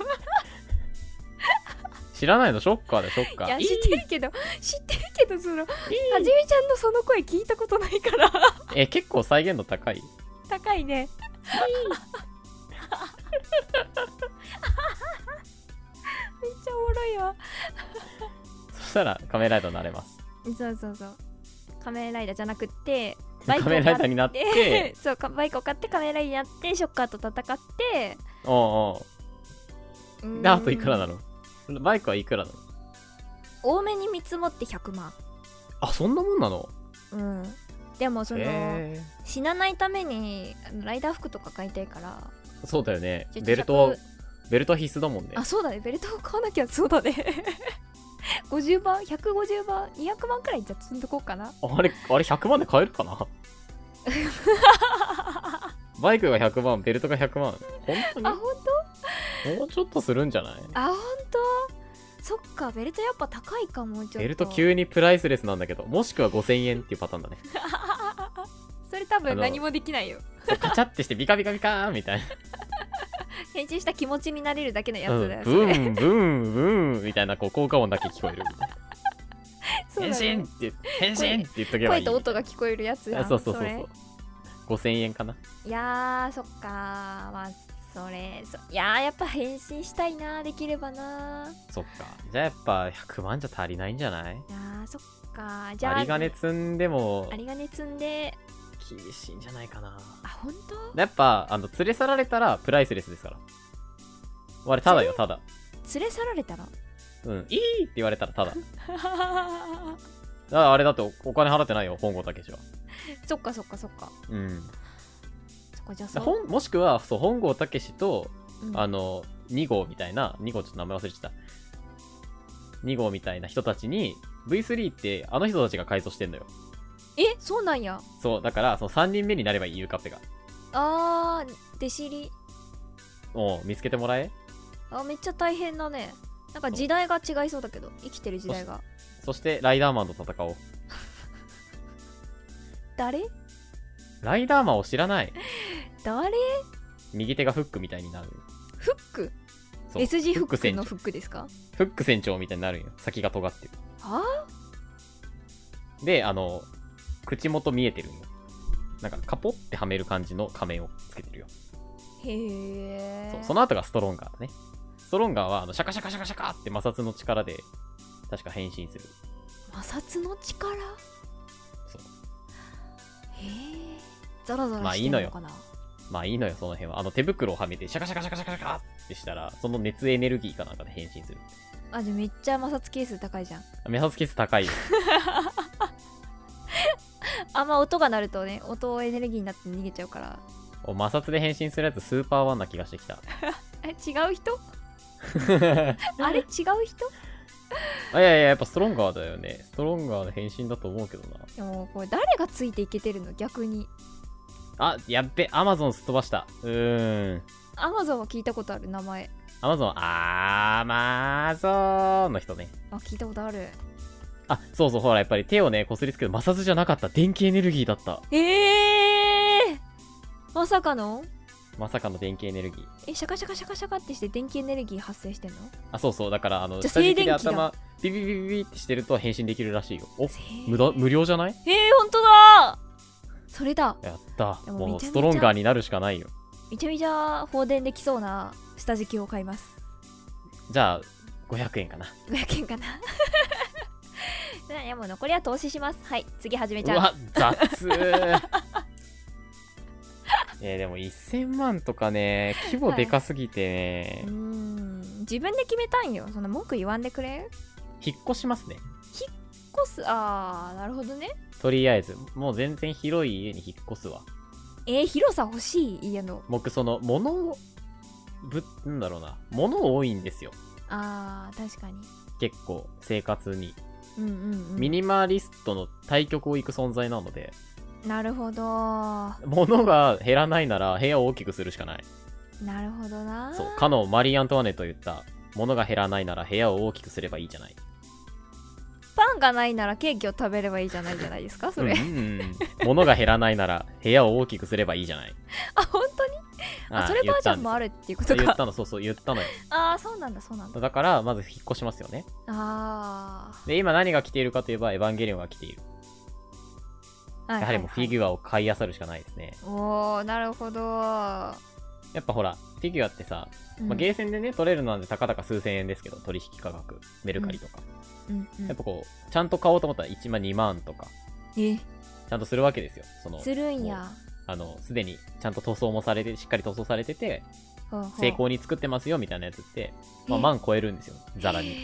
知らないのショッカーでショッカ
い
ー。
や
いい
知ってるけど知ってるけどそのはじめちゃんのその声聞いたことないから
え、結構再現度高い。
高いねめっちゃおもろいわ
そしたら、仮面ライダーになれ ます。
そうそうそう仮面ライダーじゃなくってバイ
仮面
クを買っ
ライダーになって
て、そうかバイクを買って仮面ライダーになってショッカーと戦って
おう
う
お
ー
うんで、あといくらなのバイクはいくらなの
多めに見積もって100万
あ、そんなもんなの
うんでもその、
え
死なないためにあのライダー服とか買いたいから
ー、そうだよね。
ちょ
ベルトは
ちょ、
ベルトは必須だもんね。
あそうだねベルトを買わなきゃそうだね 50番150番200万くらいじゃ積んどこうかな
あれ、あれ100万で買えるか なバイクが100万、ベルトが100万。本
あ
当
本
にもうちょっとするんじゃない
当あ本当そっかベルトやっぱ高いかもちょっと
ベルト急にプライスレスなんだけど、もしくは5000円っていうパターンだね。
それ多
あ
分
の
何もできないよ
カチャってしてビカビカビカーンみたい
編集した気持ちになれるだけのや
な。う
つ
ん
だよ、
ブ
それ
ーン、ブーン、ブーンみたいなこう効果音だけ聞こえるみたいな。
そ
変
うだよ
身
ね
って、変身って言っとけばい
声
い。
と音が聞こえるやつや
あ
ん
そうそうそう
れ
そう。5000円かな。
いやーそっかーまあそれそいやーやっぱ変身したいなーできればなー
そっか。じゃあやっぱ100万じゃ足りないんじゃない
いやーそっかーじゃあ
針金積んでも
有り金積んで
厳しいんじゃないかな。
あ本
やっぱあの連れ去られたらプライスレスですからあれただよただ
当連れ去られたら
うんいいって言われたらただだからあれだっておお金払ってないよ本郷武史は
そっかそっかそっか
うん
そっかじゃあ
だ
そう、
本もしくはそう本郷武史と
うん
あの2号みたいな2号ちょっと名前忘れちゃった2号みたいな人たちに V3 ってあの人たちが改造してんだよ
えそうなんや
そうだからその3人目になればいいゆうかっぺが
あー弟子入り
もう見つけてもらえ
あめっちゃ大変だねなんか時代が違いそうだけど生きてる時代が
そしてライダーマンと戦おう
誰
ライダーマンを知らない
誰
右手がフックみたいになる
フック
そう
S 字フック
船
の
長
フックですか
フック船長みたいになるんよ先が尖ってる
は
であの口元見えてるんよなんかカポってはめる感じの仮面をつけてるよ
へえ
そうその後がストロンガーねストロンガーはあのシャカシャカシャカシャカって摩擦の力で確か変身する
摩擦の力へ
そう
えザラザ
ま
ラ
あ
し
い
て
い
る
の
の
よ
かな、
まあいいのよその辺はあの手袋をはめてシャカシャカシャカシャカシャカってしたらその熱エネルギーかなんかで変身する
あじゃあめっちゃ摩擦係数高いじゃん
目指すケース高いよ
あんま音が鳴るとね音をエネルギーになって逃げちゃうから
お摩擦で変身するやつスーパーワンな気がしてきた
え違う人あれ違う人
あいやいややっぱストロンガーだよねストロンガーの変身だと思うけどな
でもこれ誰がついていけてるの逆に
あやっべアマゾンすっ飛ばしたうーん
アマゾンは聞いたことある名前
アマゾンあーマゾンの人ね
あ聞いたことある
あそうそうほらやっぱり手をねこすりつける摩擦じゃなかった電気エネルギーだった
ええまさかの
まさかの電気エネルギー
えシャカシャカシャカシャカってして電気エネルギー発生してんの
あそうそうだからあの
じゃあ
下敷きで
静電気だ
頭ビビビビビってしてると変身できるらしいよお無
無
駄無料じゃない
えー、ほんとだそれだ
やった
でも
も
め
う
ちゃめちゃ
ストロンガーになるしかないよ
めちゃめちゃ放電できそうな下敷きを買います
じゃあ500円かな
500円かな いやもう残りは投資しますはい次始めち
う
ゃう
わ雑 えーでも1000万とかね規模でかすぎてね
う、ーん自分で決めたんよそんな文句言わんでくれ
引っ越しますね
コスあーなるほどね
とりあえずもう全然広い家に引っ越すわ
えー、広さ欲しい家の
僕その物をぶなんだろうな物多いんですよ
あー確かに
結構生活に、
うんうん、う
ミ
ん、
ニマリストの対極を行く存在なので
なるほどな
物が減らないなら部屋を大きくするしかない
るほどな
そうかのマリー・アントワネと言った物が減らないなら部屋を大きくすればいいじゃない
パンがないならケーキを食べればいいじゃないじゃないですかそれ、
うんうんうん、 物が減らないなら部屋を大きくすればいいじゃない。
あ本当にあそれバージョンもあ
る
るっていうこ
と
と
か言っ
か
たの、そうそう、言ったのよ。
ああそうなんだそうなんだ
だから、まず引っ越しますよね。
あー
で、今何が来ているかといえば、エヴァンゲリオンが来ている。
は
やはりもうフィギ
ュ
ュアを買い漁るしかないですね。
アおーなるほど、ま
やっぱほら、フィギュアってさ、まあ、ゲーセンでね、取れるなんてたかだか数千円ですけど、取引価格、メルカリとか。
うんうん
やっぱこう、ちゃんと買おうと思ったら1万、2万とか、
え
ちゃんとするわけですよ。その、
するんや
あの、すでにちゃんと塗装もされて、しっかり塗装されてて、
ほうほう
成功に作ってますよみたいなやつって、まあ、
え
万超えるんですよ、ざらに。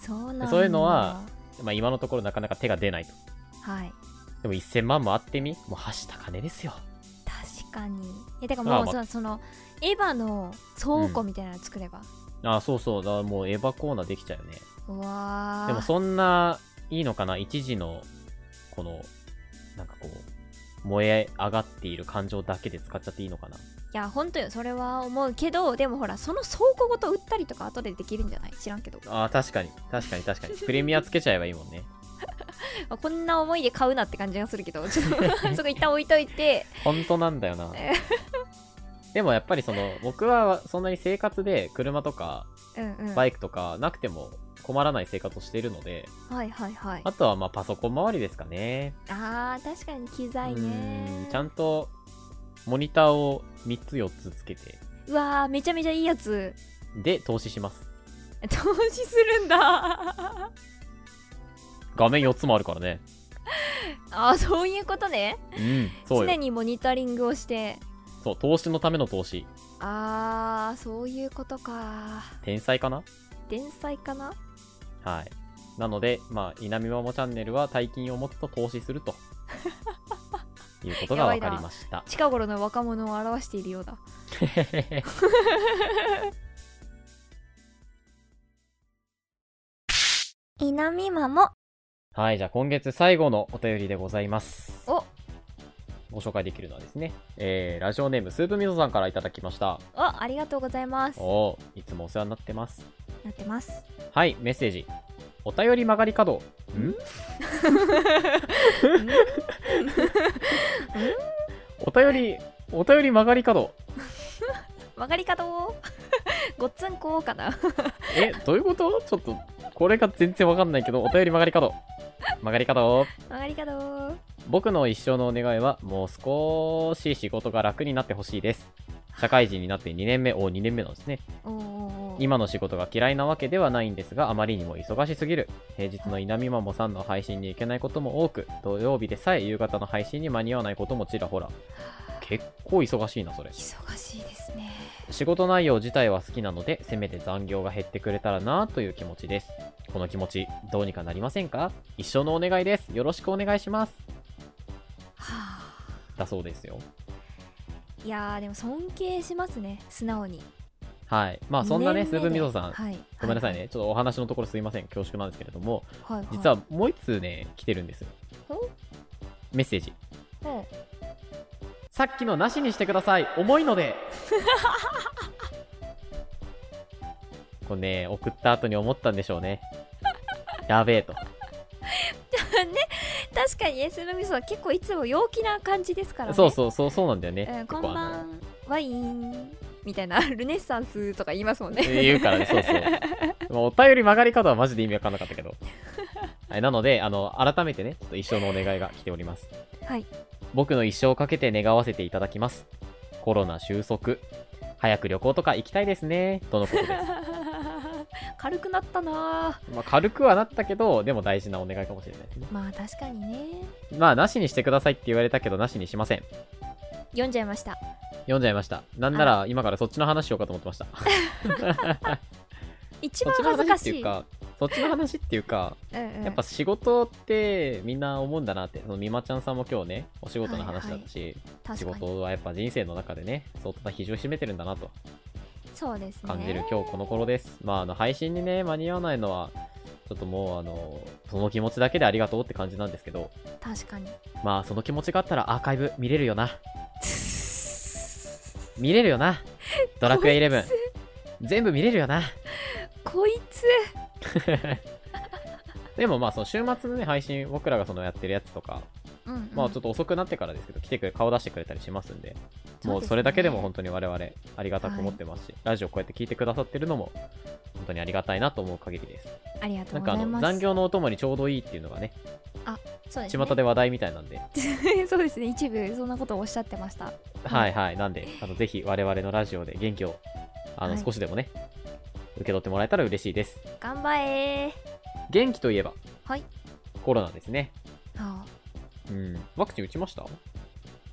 そうなんだ
そういうのはまあ、今のところなかなか手が出ないと。
はい
でも1000万もあってみ、もうはした金ですよ。
確かにえてか
ま
も
あ
う
まあ
そのそのエヴァの倉庫みたいなの作れば、
ああ、そうそう、だからもうエヴァコーナーできちゃうよね。
うわー
でもそんな、いいのかな、一時の、この、なんかこう、燃え上がっている感情だけで使っちゃっていいのかな。
いや本当よそれは思うけどでもほらその倉庫ごと売ったりとか後でできるんじゃない知らんけ ど
ああ、確かに、確かに 確かに。プレミアつけちゃえばいいもんね。
まあこんな思いで買うなって感じがするけどちょっ と そこ一旦置いといて
本当なんだよな。 でもやっぱりその、僕はそんなに生活で車とか
うんうん
バ
はい
イクとかなくても困らない生活をしているので、
はいはい
あとはまあパソコン周りですかね。
あー確かに機材
うん
ね
ちゃんとモニターを3つ4つつけて、
うわーめちゃめちゃいいやつ
で、投資します。
投資するんだ
画面4つもあるからね。
あーそういうことね
うん、そう
常
よ。
にモニタリングをして
そう、投資のための投資。
あーそういうことか
天才かな
天才かな
はい。なので、まあ、稲見まもチャンネルは大金を持つと投資す ると。いうことが分かりました。
近頃の若者を表しているようだ稲見マも
はい、じゃあ今月最後のお便りでございます。
お
ご紹介できるのはですね、えー、ラジオネームスープみそさんからいただきました。
おありがとうございます
おーいつもお世話になってます。
なってます
はい、メッセージ。お便り曲がり角。んお便り、お便り曲がり角。
曲がり角 ごっつんこかな
えどういうことちょっとこれが全然わかんないけどお便り曲がり角曲がり角
曲がり角
僕の一生のお願いはもう少し仕事が楽になってほしいです社会人になって2年目お2年目なんですね
おーおー
今の仕事が嫌いなわけではないんですがあまりにも忙しすぎる平日の稲見マモさんの配信に行けないことも多く土曜日でさえ夕方の配信に間に合わないこともちらほら結構忙しいな それ
忙しいですね
仕事内容自体は好きなのでせめて残業が減ってくれたらなという気持ちですこの気持ちどうにかなりませんか一生のお願いですよろしくお願いします
はあ
だそうですよ
いやーでも尊敬しますね素直に
はいまあそんなねスープみそさん
はい、
ごめんなさいね、ちょっとお話のところすいません恐縮なんですけれども
はい、はい、
実はもう一通ね来てるんですよ
ほ
メッセージ
ほ
さっきのなしにしてください重いので これね送った後に思ったんでしょうねやべえと
確かにエスルミソは結構いつも陽気な感じですからね
そうそうそうそうなんだよね、
う
結
ん、こん
構
ば
あの
んワインみたいな ルネッサンスとか言いますもんね
言うからねそうそうもうお便り曲がり方はマジで意味わかんなかったけどはいなのであの改めてねちょっと一生のお願いが来ております
はい
僕の一生をかけて願わせていただきますコロナ収束早く旅行とか行きたいですねとのことです、
軽くなったな
まあ、軽くはなったけどでも大事なお願いかもしれないですね
ーまあ確かにね
まあなしにしてくださいって言われたけどなしにしません
読んじゃいました
読んじゃいましたなんなら今からそっちの話しようかと思ってました
一
そ
番
っちの
恥
話
ずか
って
し
いう
い
かそっちの話っていうか
うんうん
やっぱ仕事ってみんな思うんだなってそのみまちゃんさんも今日ねお仕事の話だったし、仕
確かに
事はやっぱ人生の中でね相当な比重を占めてるんだなと
そうですね
感じる今日この頃です、まああの配信にね間に合わないのはちょっともうあのその気持ちだけでありがとうって感じなんですけど
確かに
まあその気持ちがあったらアーカイブ見れるよな見れるよなドラクエ
こ
11
い
全部見れるよな
こいつ
でもまあその週末のね配信僕らがそのやってるやつとか
うんうん
まあちょっと遅くなってからですけど、来てくれ、顔出してくれたりしますんで、も
そう
う
ですね
それだけでも本当に我々ありがたく思ってますし、ラジオこうやって聞いてくださってるのも、本当にありがたいなと思う限りです。
ありが
な
とうんご
か
ざ
あ
い
の
ます
残業のお供にちょうどいいっていうのがね、
そうです
巷
ね
で話題みたいなんで、
そうですね一部そんなことをおっしゃってました
はいはい、なんで、あのぜひ我々のラジオで元気を、あの
はい
少しでもね、受け取ってもらえたら嬉しいです。
頑張れ
元気といえば、
はい
コロナですね。
ーああ
うん、ワクチン打ちました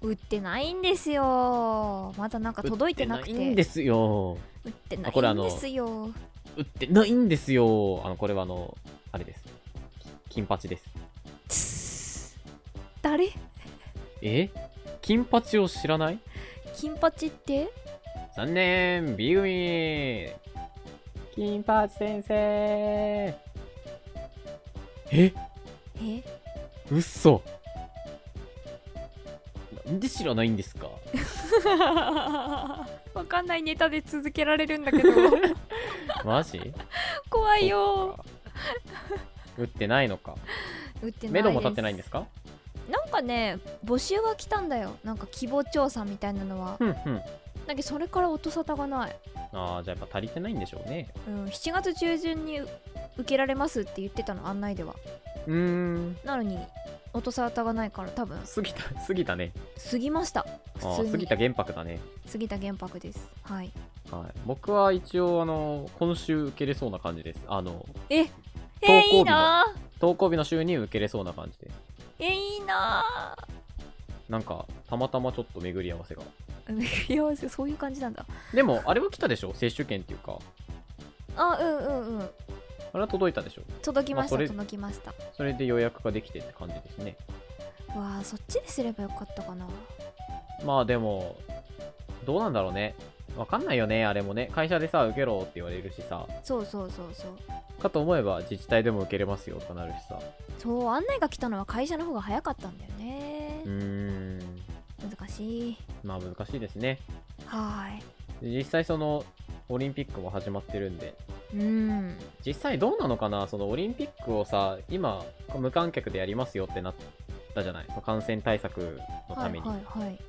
売ってないんですよまだなんか届いてなくて
打ってないんですよ。
売ってな
あこれあ
いん
の
ですよ
売ってないんですよあのこれはあのあれですき金八です
つ誰
え金八を知らない
金八って
残念 B 組金八先生え
え
うっそなんで知らないんですか
わかんないネタで続けられるんだけど
マジ
怖いよ
打ってない のか
売ってない
目処も立ってないんですか
なんかね募集は来たんだよなんか希望調査みたいなのは
ふんふん
だけどそれから音沙汰がない、
ああじゃあやっぱ足りてないんでしょうね
うん、7月中旬に受けられますって言ってたの案内では
うーん
なのに音沙汰がないから多分
過ぎた過ぎたね
過ぎました
あ
普
あ
通
過ぎ
に
た原爆だね
過ぎた原爆ですはい
はい、僕は一応あの今週受けれそうな感じですあの
え
投稿
ー
日、の
いいなー
投稿日の週に受けれそうな感じです
えー、いいな
なんかたまたまちょっと巡り合わせが
ーいやそういう感じなんだ
でもあれは来たでしょ接種券っていうか
あうんうんうん
あれは届いたでしょ
届きまし
ま
た、
あそれ
届きました
それで予約ができてって感じですね
わあそっちですればよかったかな
まあでもどうなんだろうねわかんないよねあれもね会社でさ受けろって言われるしさ
そうそうそうそう
かと思えば自治体でも受けれますよとかなるしさ
そう案内が来たのは会社の方が早かったんだよね
う、ーん
難しい
まあ難しいですね
はーい
実際そのオリンピックも始まってるんで
うん
実際どうなのかなそのオリンピックをさ今無観客でやりますよってなったじゃないその感染対策のために、
はいはいはい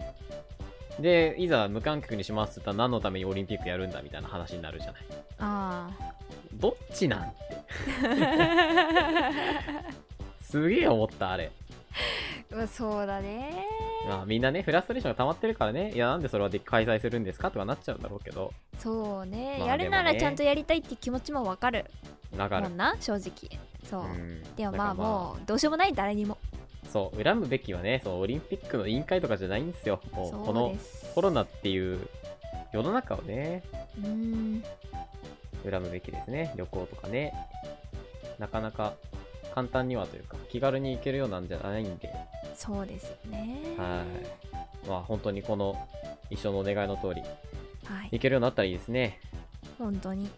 でいざ無観客にしますって言ったら何のためにオリンピックやるんだみたいな話になるじゃない
あ あ
どっちなんてすげえ思ったあれ
うわそうだね
まあみんなねフラストレーションが溜まってるからねいやなんでそれはで開催するんですかとかなっちゃうんだろうけど
そうね、
まあ
やるな
でも
ら
ね
ちゃんとやりたいって気持ちもわかる
だか
も
ら
んな正直そう、
うん
でも
だか
ま
ら
あもうどうしようもない誰にも
そう恨むべきはねそうオリンピックの委員会とかじゃないんですよもうこ
そう
の
です
コロナっていう世の中をね
うーん
恨むべきですね旅行とかねなかなか簡単にはというか気軽に行けるようなんじゃないんで
そうですよね
はいまあ本当にこの一生のお願いの通り
はい、
行けるようになったらいいですね
本当に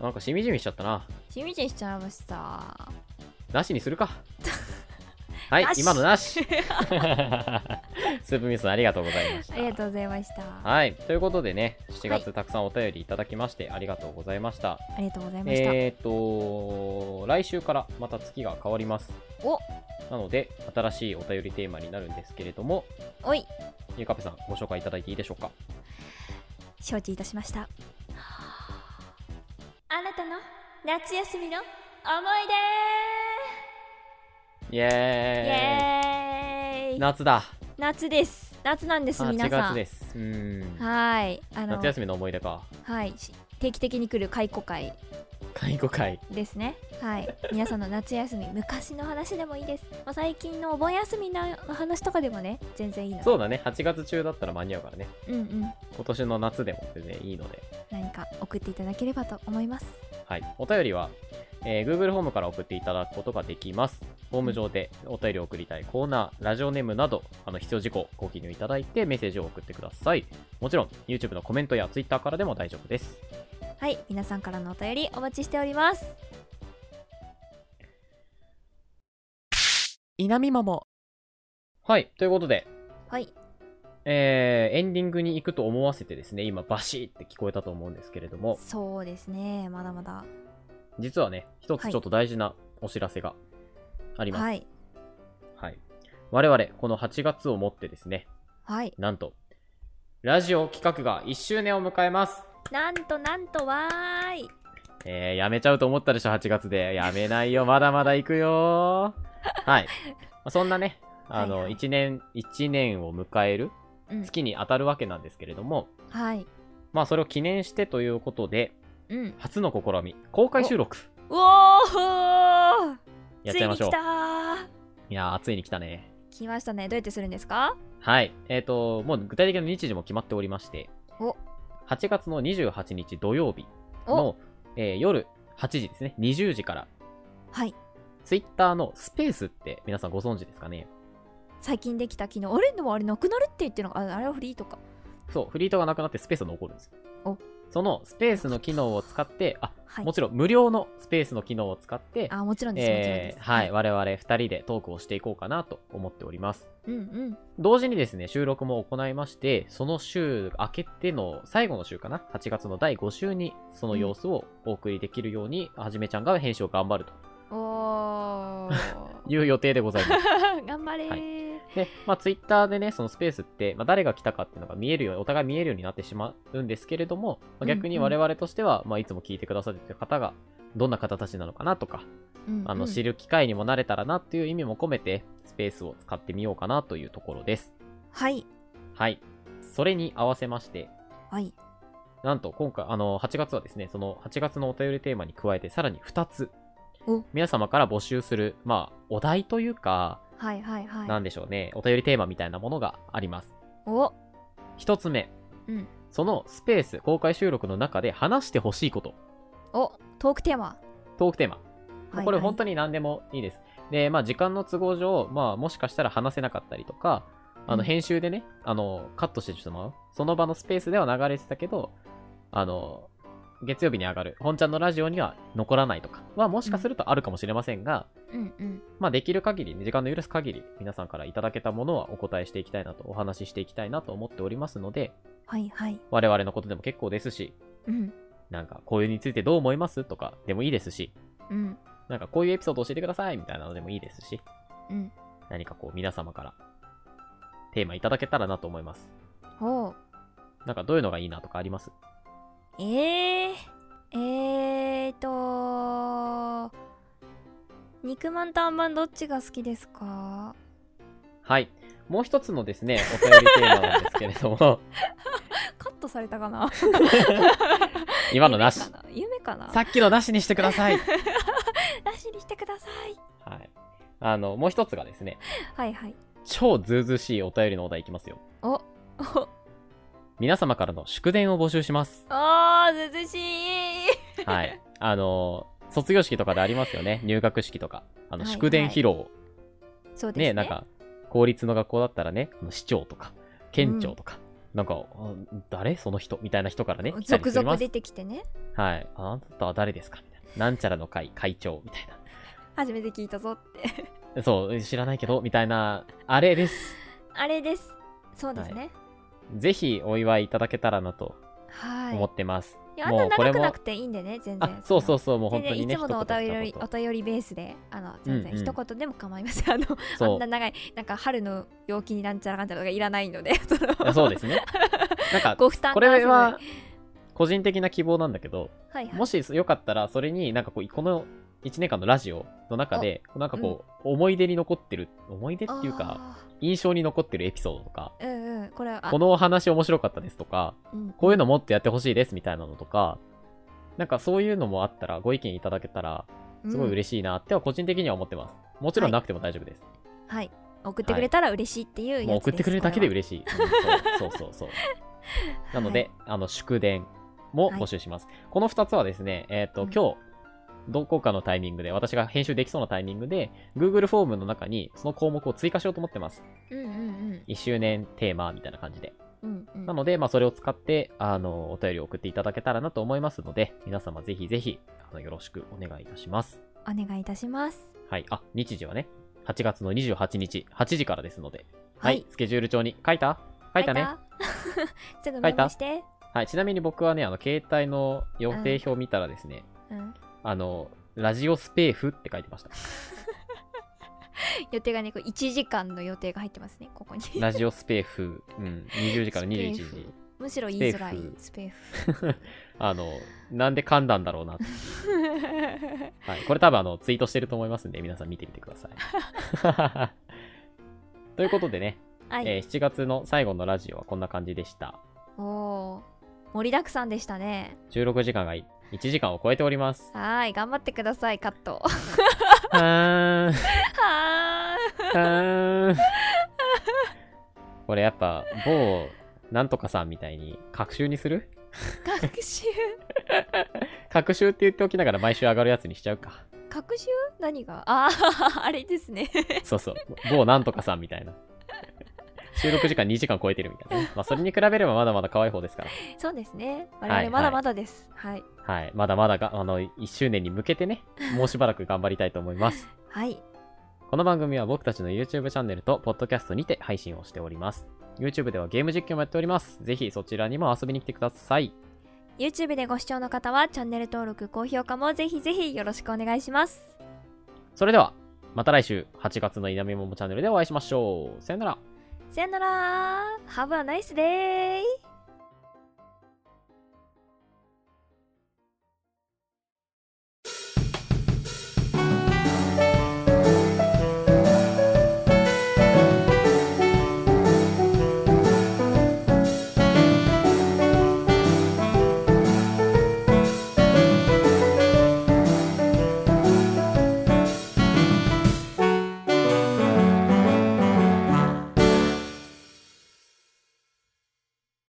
なんかしみじみしちゃったな
しみじみしちゃいました
なしにす るかはい
なし
今のな しスープミスありがとうございました
ありがとうございましたあ
はい。ということでね、7
はい
月たくさんお便りいただきまして、ありがとうございました。
りがとうございました、
えっ、と、来週からまた月が変わります。
お
なので、新しいお便りテーマになるんですけれども、
おい
ゆかぺさん、ご紹介いただいていいでしょうか。
承知いたしましたあなたの夏休みの思い
イエ
出イ
ーイ
エーイ
夏だ。
夏です夏なんです
8
皆
月
さん
です。うーん。
はいあの
夏休みの思い出か。
はいし定期的に来る解雇会
介護会。
ですねはい皆さんの夏休み昔の話でもいいです、まあ、最近のお盆休みの話とかでもね全然いいので
そうだね、8月中だったら間に合うからね。
うんうん
今年の夏でも全然いいので。
何か送っていただければと思います
はい、お便りは、えー Google フォームから送っていただくことができます。フォーム上でお便りを送りたいコーナー、ラジオネームなど、あの必要事項、ご記入いただいてメッセージを送ってください。もちろん、YouTube のコメントや Twitter からでも大丈夫です。
はい皆さんからのお便りお待ちしております
稲見桃
はい、ということで、
はい
えーエンディングに行くと思わせてですね、今バシーって聞こえたと思うんですけれども、
そうですねまだまだ
実はね、一つちょっと大事なお知らせがあります。
はい
はい、我々、この8月をもってですね、
はい
なんと、ラジオ企画が1周年を迎えます。
なんとなんとわーい
えー、やめちゃうと思ったでしょ、8月で。やめないよ、まだまだ行くよー。はい。まあそんなね、あ
は
の、
いはい
1年、1年を迎える
うん
月に当たるわけなんですけれども、
はい
まあ、それを記念してということで、
うん
初の試み、公開収録、
うおー
やっちゃいましょう
ついに来た。ー
いやー、ついに来たね。
来ましたねどうやってするんですか
はい。えっ、と、もう具体的な日時も決まっておりまして、
お
8月の28日土曜日
お
の、えー夜8時ですね、20時から、
はい
ツイッターのスペースって皆さんご存知ですかね
最近できた機能あれでもあれなくなるって言ってるのかああれはフリーとか
そう、フリートがなくなってスペースが残るんですよ
お。
そのスペースの機能を使って、あ、
はい
もちろん無料のスペースの機能を使って、
あもちろんです、もちろん
え
で
ー
す
はい、我々2人でトークをしていこうかなと思っております。
うん うん
同時にですね、収録も行いまして、その週明けての最後の週かな、8月の第5週にその様子をお送りできるように、はじめちゃんが編集を頑張ると
おー
いう予定でございます。
頑張れー、
はで、まあ、ツイッターでね、そのスペースって、まあ、誰が来たかっていうのが見えるように、お互い見えるようになってしまうんですけれども、まあ、逆に
うんうん
我々としては、まあ、いつも聞いてくださってる方が、どんな方たちなのかなとか、
うんうん
あの、知る機会にもなれたらなっていう意味も込めて、スペースを使ってみようかなというところです。
はい
はい。それに合わせまして、
はい
なんと今回、あの、8月はですね、その8月のお便りテーマに加えて、さらに2つ
お、
皆様から募集する、まあ、お題というか、
はいはいはい
なんでしょうね、お便りテーマみたいなものがあります。
お
一つ目、
うん
そのスペース公開収録の中で話してほしいこと
おトークテーマ
トークテーマ、
はい
これ
はい
本当に何でもいいですでまあ時間の都合上、まあ、もしかしたら話せなかったりとかあ
う
の
ん
編集でね、あのカットしてしまうその場のスペースでは流れてたけどあの月曜日に上がる本ちゃんのラジオには残らないとかはもしかするとあるかもしれませんが、
うんうん
まあできる限り、時間の許す限り、皆さんからいただけたものはお答えしていきたいなと、お話ししていきたいなと思っておりますので、
はいはい
我々のことでも結構ですし、
うん
なんか、こういうについてどう思いますとかでもいいですし、
うん
なんかこういうエピソード教えてくださいみたいなのでもいいですし、
うん
何かこう皆様からテーマいただけたらなと思います。
おう
なんかどういうのがいいなとかあります
えー、えーと肉まんとあんまんどっちが好きですか
はい。もう一つのですね、お便りテーマなんですけれど も、
カットされたかな
今のなし。
夢かな夢か
さっきのなしにしてください。
ななしにしてください
はい。あの、もう一つがですね、
はいはい
超ズうずうしいお便りのお題いきますよ。
おお
皆様からの祝電を募集します。
あー涼しい
はい。あの、卒業式とかでありますよね。入学式とか。あの、
はい
祝電披露。
そうです
ね
ね
なんか、公立の学校だったらね、あの市長とか、県庁とか、なんか、あ誰その人みたいな人からね、来たり
続
する
々
ます。
出てきてね
はい。あなたは誰ですかみたいな。なんちゃらの会会長みたい
初めて聞いたぞって
な。そう、知らないけど、みたいな、あれです。
あれですそうですね
ぜひお祝いいただけたらなと
はい
思ってます。
いやあんな
これ
長く
も
なくていいんでね全然
あ、そうそううそう、もう
全
本当
然
に
い
ね、
つものお
一言
便
二
り
言
お便りベースであの全然
うんうん
一言でも構いません、あのあ
そ
ん
う
な長いなんか春の陽気になんちゃらかんちゃらとかいらないのでそ
いや
の
そうですね。なん か、
ご負担
こ
がすごい
れは、個人的な希望なんだけど、
はいはい
もしよかったら、それになんかこう、この1年間のラジオの中で、なんかこう、思い出に残ってる、思い出っていうか、
あ
印象に残ってるエピソードとか、
ーうんうんこれはあ
このお話面白かったですとか、
うん
こういうのもっとやってほしいですみたいなのとか、なんかそういうのもあったら、ご意見いただけたら、すごい嬉しいなっては個人的には思ってます。もちろんなくても大丈夫です。
うんはい送ってくれたら嬉しいっていうやつです、
もう送ってくれるだけで嬉しい。うんそうそうそうそう。
い
なので、あの、祝電も募集します。この2つはですね、えっ、と、
うん
今日、どこかのタイミングで、私が編集できそうなタイミングで、Google フォームの中にその項目を追加しようと思ってます。
うんうん
1周年テーマみたいな感じで。
うんうんうん
なので、まあ、それを使って、あの、お便りを送っていただけたらなと思いますので、皆様ぜひぜひ、あの、よろしくお願いいたします。
お願いいたします
はい。あ、日時はね、8月の28日、8時からですので、
は
はいい、スケジュール帳に書いた書いたね。
すぐメモして
はい、ちなみに僕はね、あの、携帯の予定表見たらですね、
うん
あの、ラジオスペーフって書いてま した。
予定がねこう1時間の予定が入ってますねここに
ラジオスペーフ、うん、20時から21
スペー
時
フ。むしろ言いづらいスペーフ
あの、なんで噛んだんだろうなって。はい、これ多分あの、ツイートしてると思いますんで、皆さん見てみてください。 ということでね、
はい、
えー7月の最後のラジオはこんな感じでした。
おおー盛りだくさんでしたね
16時間が1時間を超えており ます。
はーい頑張ってくださいカッ ト
はーん。は
は
ーんこれやっぱ某なんとかさんみたいに隔週にする
ーい学習
隔週って言っておきながら毎週上がるやつにしちゃうか
学習何があ ああれですね
そうそう某なんとかさんみたいな収録時間2時間超えてるみたいなね、まあ、それに比べればまだまだ可愛い方ですから
そうですね
は
我
いは
々
い
まだまだですはい
はいまだまだがあの1周年に向けてねもうしばらく頑張りたいと思います
はい
この番組は僕たちの YouTube チャンネルと Podcast にて配信をしております YouTube ではゲーム実況もやっておりますぜひそちらにも遊びに来てください
YouTube でご視聴の方はチャンネル登録高評価もぜひぜひよろしくお願いします
それでは、また来週8月の稲見ももチャンネルでお会いしましょう。さよなら。
さよなら Have a nice day!